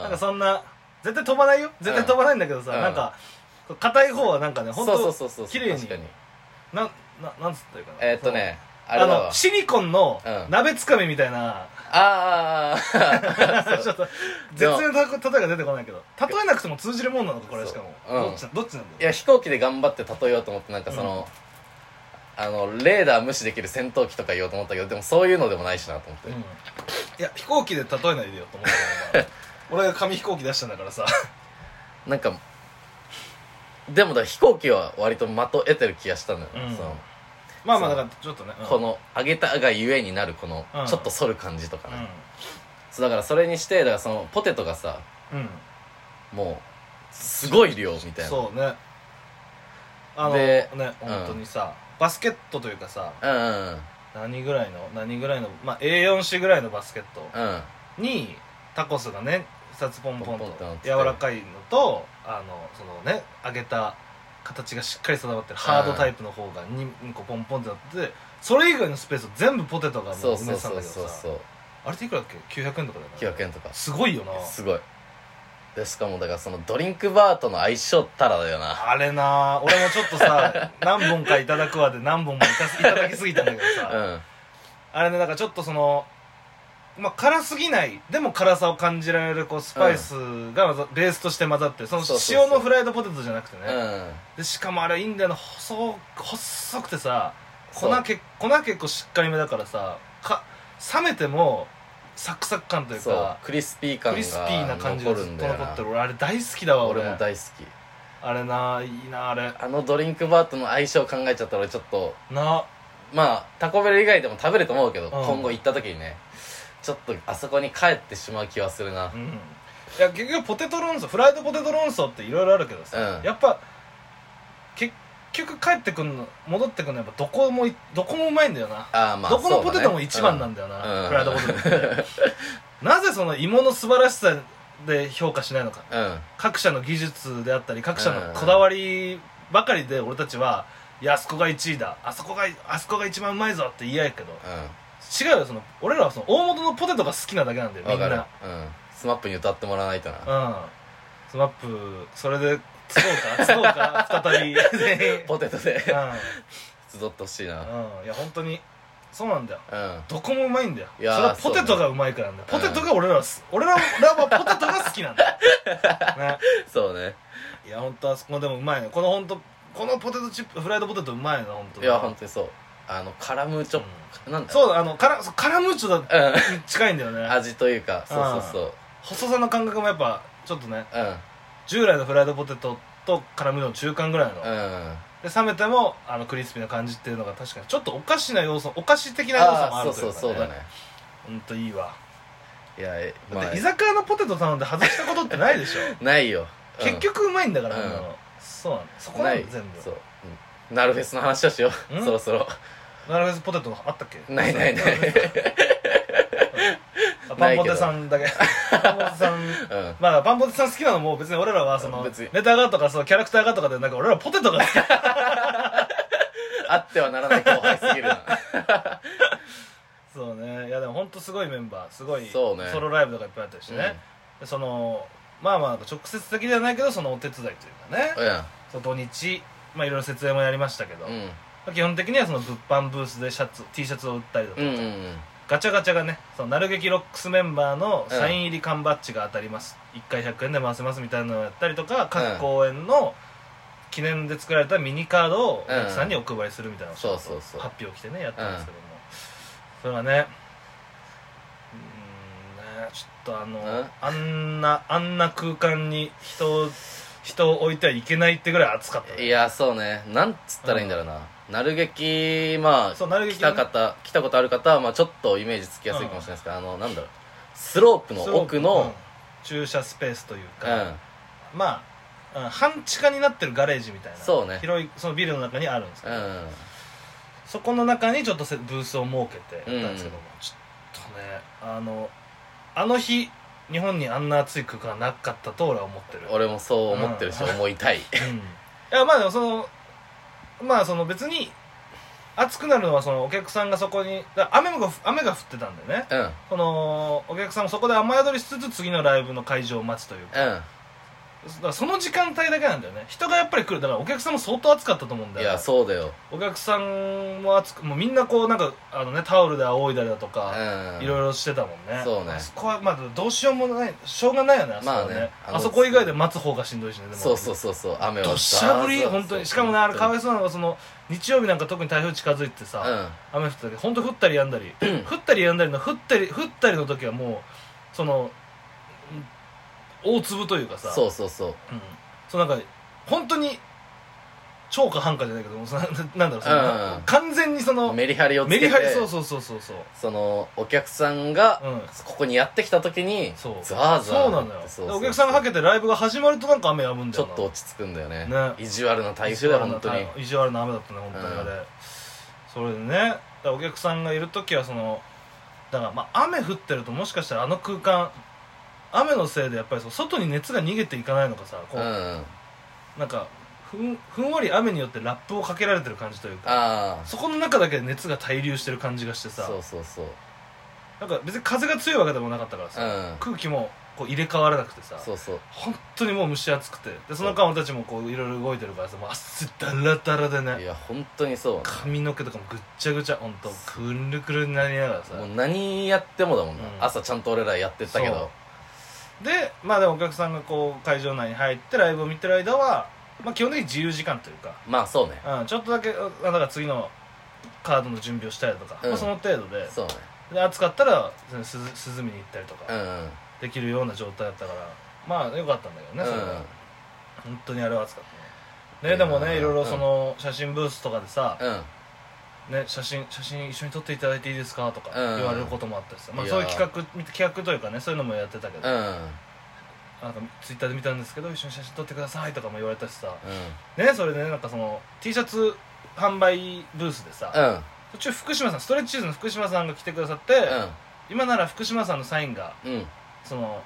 S1: あ
S2: なんかそんな絶対飛ばないよ絶対飛ばないんだけどさ、
S1: うん
S2: なんか硬い方はなんかね
S1: そ
S2: 本
S1: う
S2: 当
S1: そうそうそう
S2: 綺麗に
S1: 確かに
S2: なんななんつったらいいかな
S1: えーっとね
S2: そ
S1: あ
S2: の
S1: れだ
S2: あ
S1: わ
S2: のシリコンの
S1: うん
S2: 鍋つかみみたいな、
S1: あーあーあー
S2: [laughs] ちょっと絶妙な例えが出てこないけど例えなくても通じるもんなのかこれしかも、
S1: そううん
S2: どっちなどっちなん
S1: い
S2: だよ
S1: や飛行機で頑張って例えようと思ってなんかその、あのレーダー無視できる戦闘機とか言おうと思ったけどでもそういうのでもないしなと思って、
S2: うんいや飛行機で例えないでよと思ったからお前俺が紙飛行機出したんだか
S1: [laughs]
S2: らさ
S1: なんかでもだから飛行機は割と的を得てる気がしたのよ、
S2: うん
S1: その
S2: まあまあだからちょっとね、うん
S1: こ、の上げたがゆえになるこの
S2: うん
S1: ちょっと反る感じとか
S2: う
S1: ね、
S2: ん
S1: そうだからそれにしてだからそのポテトがさ
S2: うん、
S1: もうすごい量みたいな
S2: そうねあのね
S1: で
S2: 本当にさ、バスケットというかさ
S1: うんうんうん
S2: 何ぐらいの何ぐらいの、まあ、A4 紙ぐらいのバスケット
S1: うん
S2: にタコスがね2つポンポ
S1: ポ
S2: ン
S1: ンポンって乗っ
S2: と
S1: てて
S2: 柔らかいのとあのそのね揚げた形がしっかり定まってるハードタイプの方が 2, 個ポンポンってなっててそれ以外のスペースを全部ポテトがもう
S1: そう
S2: 埋め
S1: そう
S2: てた
S1: そ
S2: んだ
S1: う
S2: け
S1: そ
S2: ど
S1: う
S2: さ
S1: そう
S2: あれっていくらだっけ900円とかだよね
S1: 900円とか
S2: すごいよな
S1: すごいでしかもだからそのドリンクバーとの相性ったらだよな
S2: あれな俺もちょっ
S1: [laughs]
S2: とさ何本かいただくわで何本もいたすいただきすぎたんだけどさ、
S1: うん
S2: あれねだからちょっとそのまあ辛すぎないでも辛さを感じられるこうスパイスが混ざベースとして混ざってるその
S1: そうそうそう
S2: 塩のフライドポテトじゃなくてね
S1: うん
S2: でしかもあれいいんだよな細細くてさ
S1: そ
S2: 粉
S1: う
S2: け粉結構しっかりめだからさか冷めてもサクサク感という
S1: そう
S2: か
S1: クリスピー
S2: ク
S1: 感
S2: リスピーな
S1: が
S2: 感じが
S1: 残る
S2: ずっ
S1: ん
S2: と
S1: だよ
S2: 残ってる
S1: な
S2: 俺あれ大好きだわ俺
S1: 俺も大好き
S2: あれないいなあれ
S1: あのドリンクバーとの相性考えちゃったら俺ちょっと
S2: な
S1: まあタコベル以外でも食べると思うけど、
S2: ん
S1: 今後行った時にねちょっとあそこに帰ってしまう気はするな
S2: うんいや結局ポテト論争フライドポテト論争っていろいろあるけどさ、
S1: うん
S2: やっぱ結局帰ってくんの戻ってくんのやっぱどこもいどこもうまいんだよな、
S1: あーまあ
S2: どこ
S1: そう
S2: の
S1: だ
S2: ポ
S1: ね
S2: テトも一番なんだよな、
S1: うん
S2: フライドポテトってなぜその芋の素晴らしさで評価しないのか
S1: うん、うん
S2: 各社の技術であったり各社のこだわりばかりで俺たちはいやあそこが1位だあそこがあそこが一番うまいぞって言い合えけど違うよその俺らはその大元のポテトが好きなだけなんだよ
S1: う
S2: み
S1: ん
S2: ん
S1: わかる
S2: な
S1: うんスマップに歌ってもらわないとな
S2: うんスマップそれで集おうか集おうか再び全員
S1: ポテトで集ってほしい
S2: うん
S1: な、
S2: うんいや本当にそうなんだよ
S1: うん
S2: どこもうまいんだよ
S1: い
S2: それ
S1: やー
S2: はポテトがうまいからなんだよポテトが俺らはす俺らはポテトが好きなんだよね
S1: そうね
S2: いや本当あそこでもうまいのこの本当このポテトチップフライドポテトうまいの本当
S1: いや本当にそうあのカラムーチョ、なんだ
S2: そうだあのカラそうカラムーチョだ
S1: う
S2: に近いんだよ
S1: ん
S2: ね
S1: 味というかそうそう
S2: 細さの感覚もやっぱちょっとね
S1: そう
S2: 従来のフライドポテトとカラムーチョの中間ぐらいの
S1: うんうん
S2: で冷めてもあのクリスピーな感じっていうのが確かにちょっとおかしな要素お菓子的な要素もあ
S1: ああ
S2: る
S1: ー
S2: とい
S1: そうう
S2: か、
S1: そうそうだね
S2: ほんといいわ
S1: いやえ
S2: だっ
S1: ま
S2: て居酒屋のポテト頼んで外したことってないでしょ
S1: あないようん
S2: 結局うまいんだから、
S1: うん
S2: あんなのそうなんだそこな
S1: なん
S2: だ
S1: い
S2: よ全部
S1: そううんナルフェスの話をしよ
S2: ん
S1: うそろそろ
S2: ナルフェスポテトあったっけ
S1: ないないない [laughs]
S2: あパンポテさんだけパンポテさん
S1: うん
S2: まあパンポテさん好きなのも別に俺らはその
S1: 別に
S2: ネタがとかそのキャラクターがとかでなんか俺らポテトが好き
S1: あってはならない後輩すぎるな
S2: そうねいやでも本当すごいメンバーすごい
S1: そうね
S2: ソロライブとかいっぱいあったりしてね、でそのまあまあ直接的ではないけどそのお手伝いというかね
S1: う
S2: その土日まあいろいろ設営もやりましたけど、
S1: ん
S2: ま
S1: うん
S2: あ基本的にはその物販ブースでシャツ T シャツを売ったりだと
S1: う
S2: か、
S1: んうんうん
S2: ガチャガチャがねそのなる劇ロックスメンバーのサイン入り缶バッジが当たります、1回100円で回せますみたいなのをやったりとか各公演の記念で作られたミニカードをお客さんにお配りするみたいな、
S1: そうそうそう
S2: 発表を着てねやったんですけども、それはねうーんねちょっとあの
S1: うん
S2: あんなあんな空間に人を人を置いてはいけないってぐらい暑かったね
S1: いやそうねなんつったらいいんだろうな、なる劇まあ
S2: そうなるべ
S1: 来
S2: き
S1: た
S2: ね
S1: 方来たことある方はまあちょっとイメージつきやすいかもしれないですけど、あのなんだろうスロープの
S2: すごく
S1: 奥の
S2: うん駐車スペースという
S1: うん、
S2: か、まあうん半地下になってるガレージみたいな
S1: そうね
S2: 広いそのビルの中にあるんですけ
S1: う
S2: ど、
S1: ん
S2: そこの中にちょっとせブースを設けてやったんですけども、
S1: う
S2: ちょっとねあのあの日日本にあんな暑い空間はなかったと俺は思ってる
S1: 俺もそう思ってるし、
S2: うん
S1: 思いたい
S2: いやまあでもそのまあその別に暑くなるのはそのお客さんがそこにだから雨も雨が降ってたんでね
S1: うんうん
S2: このお客さんもそこで雨宿りしつつ次のライブの会場を待つというかだからその時間帯だけなんだよね人がやっぱり来るだからお客さんも相当暑かったと思うんだ
S1: い
S2: よ
S1: やそうだよ
S2: お客さんも暑くもうみんなこうなんかあのねタオルで仰いだりだと
S1: うん
S2: か、いろいろしてたもんね
S1: そうね
S2: あそこはまあどうしようもないしょうがないよねあそこはね,、
S1: まあね
S2: あ
S1: あの
S2: そこ以外で待つ方がしんどいしねでも
S1: そうそうそうそう雨は
S2: どっしゃ降り本当にしかもねあれかわいそうなのがその日曜日なんか特に台風近づいて
S1: う
S2: さ、
S1: ん
S2: 雨降ってた時本当降ったりやんだり、降ったりやんだりの降ったり降ったりの時はもうそのうん大粒というかさ
S1: そうそうそう
S2: うん、そうなんか本当に超過半過じゃないけどもその [laughs] なんだろうそ
S1: うんう
S2: の
S1: ん
S2: 完全にその
S1: メリハリをつけ
S2: メ
S1: て
S2: リハリそうそうそうそうそう
S1: そのお客さんが
S2: うん
S1: ここにやってきた時に
S2: そう
S1: ザーザー
S2: そうなのよ
S1: そうそう
S2: でお客さんがかけてライブが始まるとなんか雨やむんだ
S1: ちょ
S2: よ
S1: っ
S2: な
S1: と落ち着くんだよね
S2: ね
S1: 意地悪な台風だよ本当に
S2: 意地悪な雨だったね本当にあれ、それでねだからお客さんがいる時はそのだからまあ雨降ってるともしかしたらあの空間雨のせいでやっぱりそう外に熱が逃げていかないのかさこ
S1: う
S2: う、
S1: んあ
S2: なんかふんふんわり雨によってラップをかけられてる感じというか
S1: あ
S2: そこの中だけ熱が滞留してる感じがしてさ
S1: そうそうそう
S2: なんか別に風が強いわけでもなかったからさ、
S1: うん
S2: 空気もこう入れ替わらなくてさ
S1: そうそう
S2: 本当にもう蒸し暑くてでその間俺たちもこういろいろ動いてるからさもう汗だらだらで
S1: い
S2: ね
S1: や本当にそう
S2: 髪の毛とかもぐっちゃぐちゃほんとくるくるになりながらさ
S1: もう何やってもだもんな、
S2: うん
S1: 朝ちゃんと俺らやってったけど
S2: でまあでもお客さんがこう会場内に入ってライブを見てる間は、まあ、基本的に自由時間というか、
S1: まあそうね
S2: うん、ちょっとだけあだから次のカードの準備をしたりとか、
S1: うん
S2: まあ、その程度で
S1: そうね
S2: で暑かったらその涼涼みに行ったりと
S1: う
S2: か
S1: ん
S2: できるような状態だったからまあよかったんだけどねそれは、本当にあれは暑かったね
S1: いや
S2: ねで
S1: ー
S2: もねいろいろそ
S1: うん
S2: の写真ブースとかでさ、
S1: うんうん
S2: ね、写真写真一緒に撮っていただいていいですかとか
S1: うん
S2: 言われることもあったしさ、まあ、
S1: いや
S2: そう
S1: ー
S2: いう企画企画というかねそういうのもやってたけど、
S1: うん
S2: なんかツイッターで見たんですけど一緒に写真撮ってくださいとかも言われたしさ
S1: う
S2: ねそれでねなんかその T シャツ販売ブースでさ、
S1: んうん
S2: 途中福島さんストレッチーズの福島さんが来てくださって、今なら福島さんのサインが
S1: うん
S2: その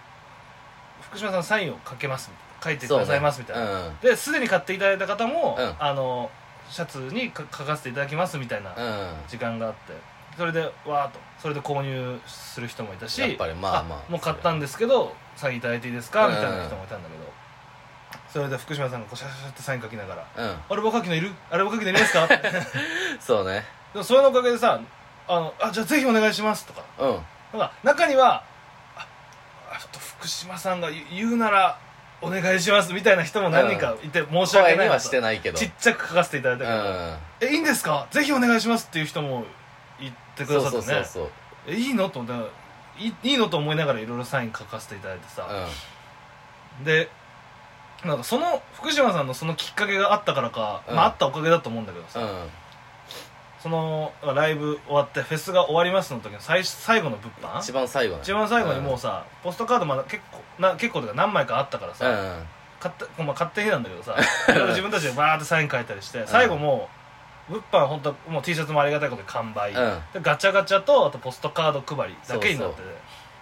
S2: 福島さんのサインをかけますみたいな書いてくださいますみたいな、
S1: な
S2: ですでに買っていただいた方も、
S1: うん
S2: あのシャツにか書かせていただきますみたいな
S1: うんうん
S2: 時間があってそれでわーっとそれで購入する人もいたし
S1: やっぱりまあまあ
S2: もう買ったんですけどサインいただいていいですかみたいな人もいたんだけど、それで福島さんがこうシャシャシャってサイン書きながら
S1: うん
S2: 「あれ僕書きのいるあれ僕書きのいますか?」って [laughs]
S1: そうね
S2: でもそれのおかげでさ「あのあじゃあぜひお願いします」とか
S1: うん
S2: なんか中にはああちょっと福島さんが言う言うならお願いしますみたいな人も何人かいて申し
S1: 声
S2: 訳ない
S1: に
S2: な
S1: は
S2: と
S1: してないけど
S2: ちっちゃく書かせていただいた
S1: う
S2: けど、
S1: ん
S2: えいいんですかぜひお願いしますっていう人も言ってく
S1: そ
S2: だ
S1: う
S2: さって
S1: そ
S2: ね
S1: うそうそう
S2: えいいのと思っていいいいのと思いながらいろいろサイン書かせていただいてさ、でなんかその福島さんのそのきっかけがあったからか、
S1: うん
S2: まあ、あったおかげだと思うんだけどさ、
S1: うんうん
S2: そのライブ終わってフェスが終わりますの時の最最後の物
S1: 一
S2: 販
S1: 番最後ね
S2: 一番最後にもう
S1: う
S2: さ、ポストカードまだ結構な結構というか何枚かあったから
S1: ん
S2: さ、買ったまあ、買った日なんだけ
S1: [laughs]
S2: どさいろいろ自分たちでバーってサイン書いたりして最後もう物販本当もう T シャツもありがたいことで完売、
S1: うん
S2: でガチャガチャとあとポストカード配りだけになってて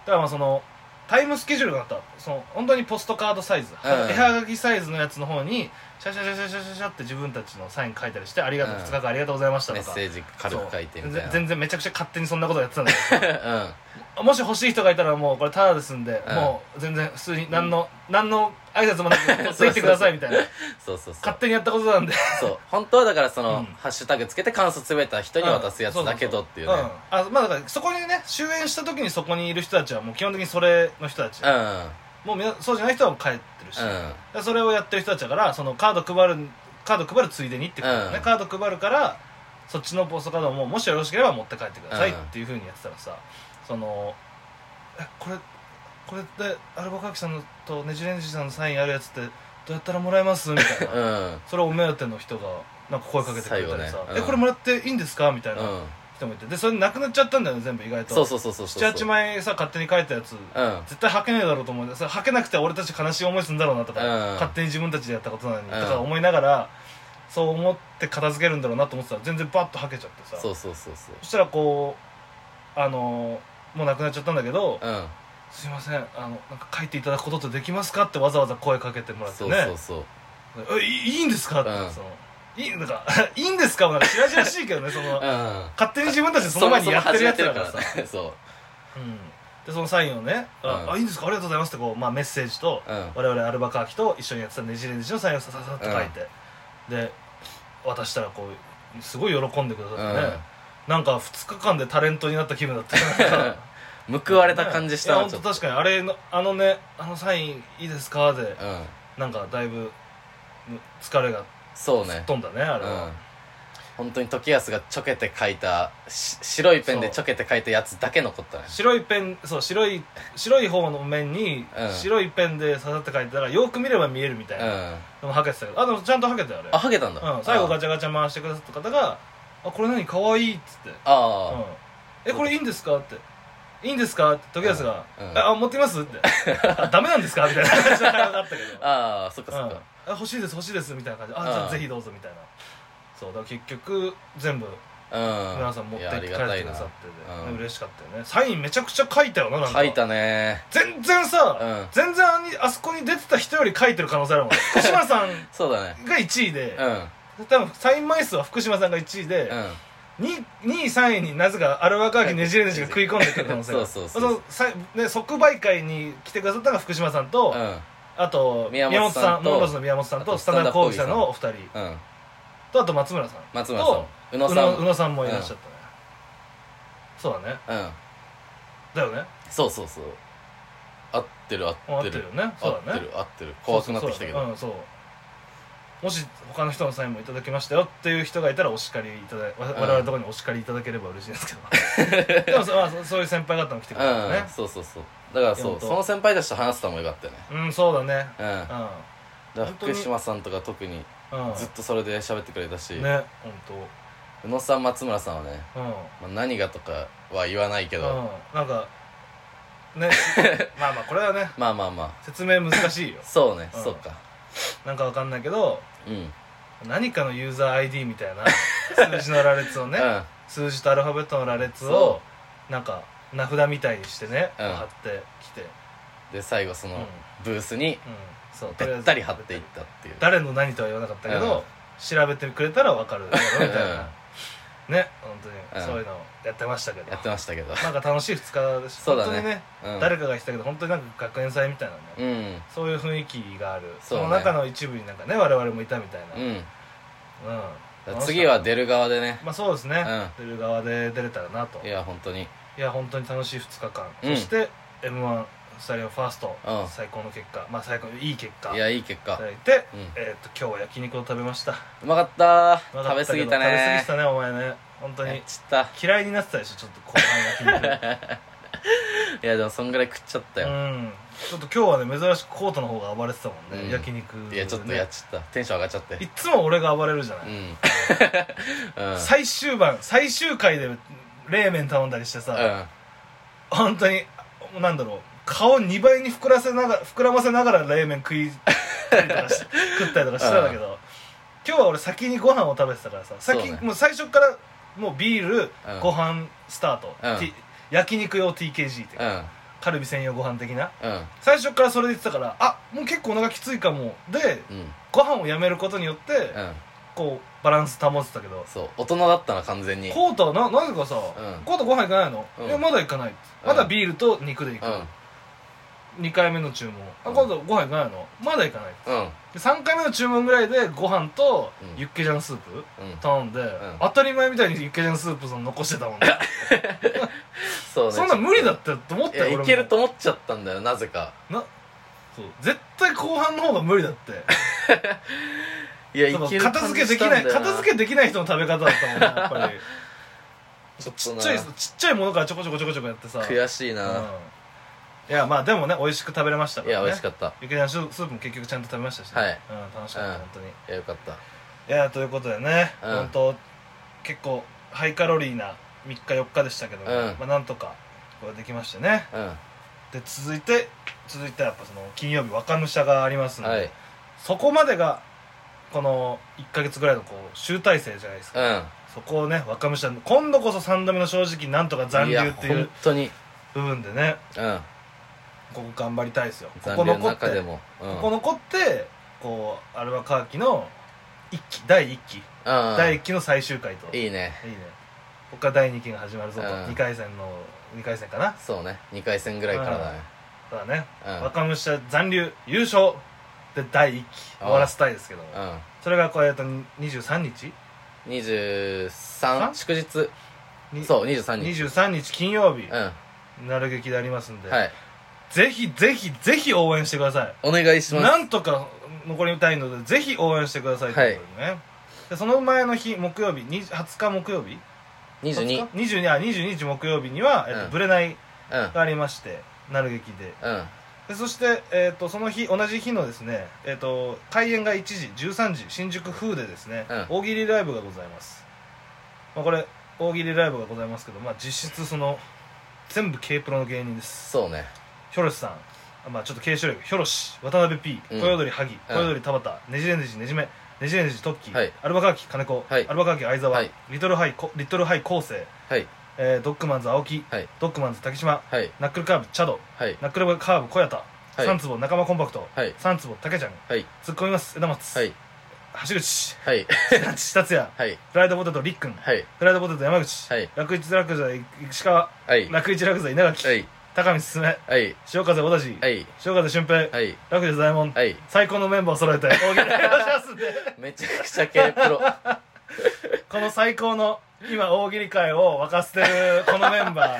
S1: そ
S2: だからまあそのタイムスケジュールがあったその本当にポストカードサイズ、
S1: うん
S2: 絵はがきサイズのやつの方にシャシャシャシャシャシャシャって自分たちのサイン書いたりして「ありがとう、
S1: うん
S2: 2日間ありがとうございました」
S1: メ
S2: と
S1: ッ
S2: か
S1: セージ軽く書いてみたい
S2: そう
S1: な
S2: 全然めちゃくちゃ勝手にそんなことやってたんだけ
S1: うん
S2: どもし欲しい人がいたらもうこれタダですんで、
S1: うん
S2: もう全然普通に何の、何の挨拶
S1: [laughs]
S2: もなく取ってきてくださいみたいな
S1: そうそうそう
S2: 勝手にやったことなんで
S1: そう本当はだからその、
S2: うん
S1: ハッシュタグつけて感想つぶやいた人に渡すやつだけどっていうね
S2: んそそそうんあまあだからそこにね終演した時にそこにいる人たちはもう基本的にそれの人たち、
S1: うん
S2: もうみんなそうじゃない人はもう帰ってるし、
S1: うん
S2: でそれをやってる人たちだからそのカード配るカード配るついでにってことだよね、
S1: うん
S2: カード配るからそっちのポストカードももしよろしければ持って帰ってくださいっていうふうにやってたらさ、そのえこれこれってアルバカキさんのとねじれんじさんのサインあるやつってどうやったらもらえますみたいな
S1: うん
S2: それをお目当ての人がなんか声かけてくれたり
S1: 最
S2: さ
S1: 後ね
S2: 「
S1: うん
S2: えこれもらっていいんですか?」みたいな
S1: うん
S2: 人もいてでそれなくなっちゃったんだよね全部意外と
S1: そうそうそうそうそう
S2: 78枚さ勝手に書いたやつ
S1: うん
S2: 絶対履けねえだろうと思うんだよそれ履けなくて俺たち悲しい思いするんだろうなとか、
S1: うん
S2: 勝手に自分たちでやったことなのに、
S1: ん
S2: とか思いながらそう思って片付けるんだろうなと思ってたら全然バッと履けちゃってさ
S1: そうそうそうそう
S2: そしたらこうあのーもうなくなっちゃったんだけど
S1: うん、
S2: 「すいませんあのなんか書いていただくことってできますか?」ってわざわざ声かけてもらって
S1: そ
S2: ね
S1: うそうそう
S2: えいいいいんですか?」って、
S1: うん
S2: そのいいなんか [laughs] いいんですか?」もなんか白々しいけどねその、
S1: うん
S2: 勝手に自分たちでその前にやってるやつだからさ
S1: そもそも始めてるからねそう
S2: うん、でそのサインをね「あ,、
S1: うん
S2: あいいんですかありがとうございます」ってこう、まあ、メッセージと、
S1: うん
S2: 我々アルバカーキと一緒にやってたねじれねじのサインをさささっと書いて、で渡したらこうすごい喜んでくださってね、
S1: うん
S2: なんか2日間でタレントになった気
S1: [laughs]
S2: 分だった
S1: 報われた感じした
S2: ねい
S1: な
S2: や
S1: ちょ
S2: 本
S1: っと
S2: 当確かにあれのあのねあのサインいいですかで
S1: うん
S2: なんかだいぶむ疲れが
S1: そう
S2: 吹っ
S1: ね
S2: 飛んだねあ
S1: う
S2: れ
S1: ん
S2: は、
S1: 本当に時安がちょけて書いたし白いペンでちょけて書いたやつだけ残ったね
S2: 白いペンそう白い白い方の面に
S1: うん
S2: 白いペンで刺さって書いてたらよく見れば見えるみたい
S1: うん
S2: な、でもはけてたけどあでもちゃんとはけたよあれ
S1: あはげたんだ、
S2: うん、最後ガ
S1: あ
S2: チャガチャ回してくださった方が「あこれ何かわいい」っつって「う
S1: あ
S2: ん、えこれいいんですか?」って「いいんですか?」って時安が「
S1: うんうん
S2: ああ持ってきます?」って「あダメなんですか?」みたいな感じの会話があったけど
S1: [laughs] あああそっかそっ
S2: うん
S1: か、
S2: あ欲しいです欲しいですみたいな感じであじゃ
S1: う
S2: あ
S1: ん
S2: ぜひどうぞみたいなそうだから結局全部
S1: うん
S2: 皆さん持って
S1: い
S2: 帰
S1: やあ
S2: って
S1: り
S2: き
S1: が
S2: て
S1: たい
S2: く
S1: な
S2: ださってて、
S1: うん
S2: 嬉しかったよねサインめちゃくちゃ書いたよななんか
S1: 書いたね
S2: 全然さ、
S1: うん
S2: 全然あにあそこに出てた人より書いてる可能性
S1: [laughs]
S2: あるもん福島さん
S1: そうだね
S2: が1位で
S1: う、ん
S2: 多分サイン枚数は福島さんが1位で、
S1: うん
S2: 2位3位になぜかアルバカーキねじれねじが食い込んでくる可能性が
S1: そうそうそう
S2: そのさね即売会に来てくださったのが福島さんと、
S1: うん
S2: あと
S1: 宮
S2: 宮
S1: 本
S2: 本
S1: さ
S2: さ
S1: ん
S2: ん
S1: と
S2: モンローズの宮本さん
S1: あと
S2: とスタンダードコーギーさんのお二人
S1: うん
S2: とあと松村さん
S1: 松村さん宇野
S2: と宇
S1: さん
S2: 野宇野さんもいらっしゃったね、そうだね
S1: うん
S2: だよね
S1: そうそうそう合ってる合
S2: うん合
S1: っ
S2: ってて
S1: る
S2: るよね
S1: 合
S2: そう
S1: っ
S2: だ
S1: て
S2: ね
S1: る合ってる怖くなってきたけど
S2: そうそうそううんそうもし他の人のサインもいただきましたよっていう人がいたらお叱りいただい
S1: う
S2: わ
S1: ん
S2: 我々のところにお叱りいただければ嬉しいですけ
S1: [laughs]
S2: どでもそう,、まあ、そうそういう先輩方も来てくれた
S1: う
S2: ね
S1: んそうそうそうだからそ
S2: 本
S1: う
S2: 当
S1: その先輩たちと話せたのもよかったよね
S2: うん、そうだね
S1: うんだ
S2: う
S1: か
S2: ん
S1: ら
S2: 本当
S1: 福
S2: に
S1: 島さんとか特に
S2: うん
S1: ずっとそれで喋ってくれたし
S2: ね本
S1: 宇野さん松村さんはね
S2: 当うん
S1: まあ何がとかは言わないけど
S2: うん、なんか
S1: [laughs]
S2: ねまあまあこれはね
S1: まあまあま
S2: 説明難しいよ
S1: あそうね
S2: うん
S1: そうか
S2: なんかわかんないけど
S1: うんうん
S2: 何かのユーザー ID みたいな数字の羅列をね、数字とアルファベットの羅列を
S1: そ
S2: なんか名札みたいにしてね、
S1: うん
S2: 貼ってきて、
S1: で最後そ
S2: うん
S1: のブースに
S2: そう
S1: べったり貼っていったっていう
S2: 誰の何とは言わなかったけど、
S1: うん
S2: 調べてくれたらわかるだろうみたいな、ね本当
S1: うん
S2: にそういうのやってましたけど、
S1: やってましたけど
S2: なんか楽しい2日でした
S1: そうだね
S2: 本当にね、
S1: うん
S2: 誰かが言ってたけど本当になんか学園祭みたいなね、
S1: うん
S2: そういう雰囲気がある
S1: そ
S2: そう
S1: ね
S2: の中の一部になんかね我々もいたみたいな
S1: うん
S2: うん、
S1: だから次は出る側でね
S2: まあそうですね、出る側で出れたらなと
S1: い
S2: い
S1: や本当に
S2: や本当に楽しい2日間、
S1: うん
S2: そして m 1スタリオファースト、
S1: うん
S2: 最高の結果まあ最高のいい結果
S1: い
S2: い
S1: やいい結果
S2: ただいて、
S1: うん
S2: えー、と今日は焼肉を食べました
S1: うまかった
S2: う
S1: 食
S2: まか
S1: べ
S2: った
S1: 過
S2: けど
S1: ぎた
S2: 食べ過ぎ
S1: ね
S2: てたねお前ね本当
S1: やっ
S2: に
S1: ちった
S2: 嫌いになってたでしょちょっと後半
S1: [laughs]
S2: 焼肉
S1: いやでもそんぐらい食っちゃった
S2: う
S1: よ、
S2: んちょっと今日はね珍しくコートの方が暴れてたもんね、
S1: うん
S2: 焼肉
S1: いやちょっとやっ
S2: ね
S1: ちゃったテンション上がっちゃって
S2: いっつも俺が暴れるじゃない、
S1: うん
S2: [laughs]
S1: うん
S2: 最終盤最終回で冷麺頼んだりして
S1: う
S2: さ、
S1: ん
S2: 本当にあなんだろう顔2倍に膨らせながら膨らませながら冷麺食いたりと
S1: [laughs]
S2: かし食ったりとかしてたんだけど、今日は俺先にご飯を食べてたからさ
S1: そうね
S2: 先、もう最初からもうビール、
S1: うん
S2: ご飯スタート、
S1: うん
S2: T- 焼肉用 TKG っていう
S1: う
S2: か、
S1: ん
S2: カルビ専用ご飯的な
S1: うん
S2: 最初からそれで言ってたからあもう結構お腹きついかもで
S1: うん
S2: ご飯をやめることによって、
S1: うん
S2: こうバランス保ってたけど
S1: そう大人だったな完全にうん
S2: コートはななぜかさ、
S1: ん
S2: コートご飯行かないの、
S1: うん
S2: いやまだ行かないっつ
S1: うん
S2: まだビールと肉で行く、二2回目の注文、
S1: うん
S2: あコートご飯行かないのまだ行かないっつ
S1: うんうん
S2: で3回目の注文ぐらいでご飯と
S1: うん
S2: ユッケジャンスープ頼んで、
S1: ん
S2: 当たり前みたいにユッケジャンスープその残してたもんね
S1: そうね
S2: そんな無理だ
S1: ちょ
S2: ったと思っ
S1: っと
S2: たよ
S1: い
S2: 俺
S1: や
S2: も
S1: いけると思っちゃったんだよなぜか
S2: なそう絶対後半の方が無理だって
S1: いやい
S2: その
S1: ける感じ
S2: 片付けできない片付
S1: け
S2: けできない人の食べ方だったもんねや
S1: [laughs]
S2: っぱり
S1: ちょっ
S2: ち
S1: と
S2: っ
S1: な
S2: ちゃいちっちゃいものからちょこちょこちょこちょこやってさ
S1: 悔しいな、
S2: うんいやまあでもね美味しく食べれましたか
S1: い
S2: ら、ね、
S1: や美味しかった
S2: ゆきだんスープも結局ちゃんと食べましたし、
S1: はい
S2: うん、楽しかった、
S1: うん
S2: 本当にい
S1: いやよかった
S2: やということでね、
S1: うん
S2: 本当結構ハイカロリーな3日4日でしたけども、
S1: うん
S2: まあ、なんとかこれできましてね
S1: うん
S2: で続いて続いてはやっぱその金曜日若武者がありますので、
S1: はい
S2: そこまでがこの1ヶ月ぐらいのこう集大成じゃないですか、
S1: う
S2: そこをね若武者の今度こそ3度目の正直なんとか残
S1: ん
S2: 留ってい
S1: や
S2: う
S1: 本当に
S2: 部分でね
S1: うん
S2: ここ頑張りたいですよこ
S1: 残
S2: こ
S1: 留の
S2: 残って
S1: 中でもうん
S2: ここ残ってこうアルバカーキの一期第一期、
S1: うん
S2: 第一期の最終回といいね
S1: いいね
S2: ここから第二期が始まるぞと、
S1: うん
S2: 二回戦の二回戦かな
S1: そうね2回戦ぐらいからだね
S2: だからね、
S1: うん
S2: 若武者残留優勝で第一期
S1: うん
S2: 終わらせたいですけども、
S1: うん
S2: それがこうやっと23日
S1: 23
S2: ん
S1: 祝日
S2: に
S1: そう23日
S2: 23日金曜
S1: う、
S2: 日
S1: ん
S2: なる劇でありますんで、
S1: はい
S2: ぜひぜひぜひ応援してください
S1: お願いします
S2: なんとか残りたいのでぜひ応援してくださいということでね、でその前の日木曜日に20日木曜日
S1: 22
S2: 22あ22日木曜日には、えっと
S1: うん
S2: ブレない
S1: うん
S2: がありましてなる劇で
S1: うん
S2: でそして、えっとその日同じ日のですね、えっと開演が1時13時新宿風でですね、
S1: うん
S2: 大喜利ライブがございます、まあ、これ大喜利ライブがございますけど、まあ、実質その全部 k プロの芸人です
S1: そうね
S2: ヒョロシさんあまあちょっと継承力ヒョロシ渡辺 P
S1: うん
S2: 小踊り萩小踊り田畑ねじれねじねじめねじれねじトッキー、
S1: はい
S2: アルバカーキ金子、
S1: はい
S2: アルバカーキ相沢、
S1: はい
S2: リトルハイこリトルハイ昴生、
S1: はい
S2: えー、ドッグマンズ青木、
S1: はい
S2: ドッグマンズ竹島
S1: はい
S2: ナックルカーブチャド
S1: はい
S2: ナックルカーブ小谷田、
S1: はい
S2: 三坪仲間コンパクト、
S1: はい
S2: 三坪竹ちゃん
S1: はい
S2: 突っ込みます枝松、
S1: はい [laughs]
S2: 橋口
S1: はい
S2: 千達也
S1: はい
S2: フライドポテトりっくん
S1: はい
S2: フライドポテト山口、
S1: はい
S2: 楽一楽座石川
S1: はい
S2: 楽一楽座稲垣、
S1: はい
S2: 高見進め
S1: はい
S2: 潮風小田氏、
S1: はい
S2: 潮風俊平、
S1: はい
S2: 楽で左衛門
S1: はい
S2: 最高のメンバーを揃えて大喜利をしますんで
S1: めちゃくちゃ K プ
S2: [laughs]
S1: ロ
S2: この最高の今大喜利界を沸かせてるこのメン
S1: [laughs]
S2: バー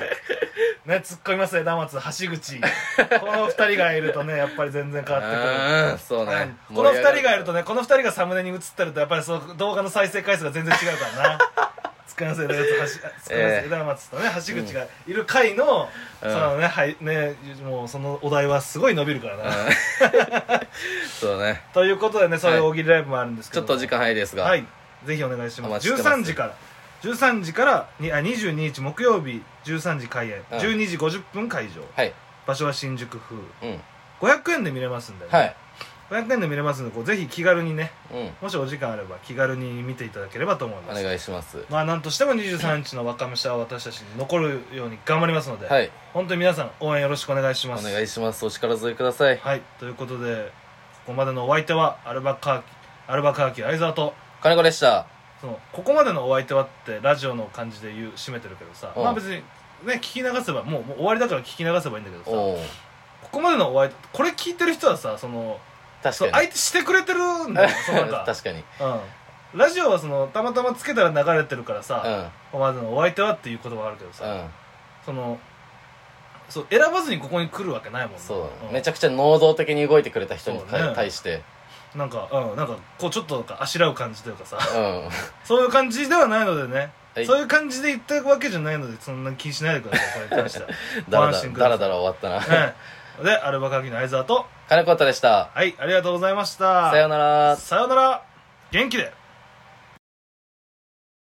S2: ね突っ込みますね玉松橋口この二人がいるとねやっぱり全然変わって
S1: うんそう
S2: くる、
S1: ね
S2: この二人がいると
S1: ね
S2: ねこの二人がサムネに映ってるとやっぱりそう動画の再生回数が全然違うからな [laughs] 突っ込みます枝松橋突っ込みます枝松とね橋口がいる回の、
S1: うん
S2: そのね,、はい、ねもうそのお題はすごい伸びるからな、
S1: [laughs] そうね
S2: ということでねそういう大喜利ライブもあるんです
S1: ち
S2: けど
S1: ょっとお時間早いですが
S2: はい、ぜひお願いし
S1: お
S2: ま
S1: 待ち
S2: す。
S1: してます
S2: 13時から、13時からにあ22日木曜日13時開演、
S1: うん
S2: 12時50分会場。
S1: はい
S2: 場所は新宿風。
S1: うん
S2: 500円で見れますんで、ね
S1: はい
S2: 500円で見れますんで、こうぜひ気軽にね、
S1: うん
S2: もしお時間あれば気軽に見ていただければと思い
S1: お
S2: ます。
S1: 願いします
S2: まあ、なんとしても23日の若武者は私たちに残るように頑張りますので、
S1: はい
S2: 本当に皆さん応援よろしくお願いし
S1: お
S2: ます。
S1: 願いしますお力添えください
S2: はい、ということで、ここまでのお相手は、アルバカーキ、アルバカーキ相沢と、
S1: 金子でした
S2: そのここまでのお相手はってラジオの感じで言う締めてるけどさ、
S1: うん
S2: まあ別にね聞き流せばもうもう終わりだから聞き流せばいいんだけどさこ
S1: おお
S2: こまでのお相手これ聞いてる人はさその
S1: 確
S2: そう
S1: かに
S2: 相手してくれてるんだよそのなん
S1: [laughs]
S2: か
S1: 確かに
S2: うん、ラジオはそのたまたまつけたら流れてるからさ、
S1: う
S2: ここまでのお相手はっていう言葉あるけどさ、
S1: んうん
S2: そのそう選ばずにここに来るわけないもんね
S1: そうだね
S2: ん
S1: めちゃくちゃ能動的に動いてくれた人に
S2: そうだね
S1: 対して
S2: なんかうんなんかこうちょっとなん [laughs] かあしらう感じというかさ
S1: うん
S2: そういう感じではないのでね
S1: [laughs] はい
S2: そういう感じで言ったわけじゃないのでそんな気にしないでくださいこれに関しては
S1: だら
S2: ご
S1: だ
S2: 安心
S1: ら
S2: く
S1: だ
S2: ださ
S1: ら
S2: い
S1: だら終わったな [laughs]
S2: はい。で、アルバカーキの相沢と、
S1: 金子太でした
S2: はい、ありがとうございました。
S1: さようなら
S2: さようなら。元気で。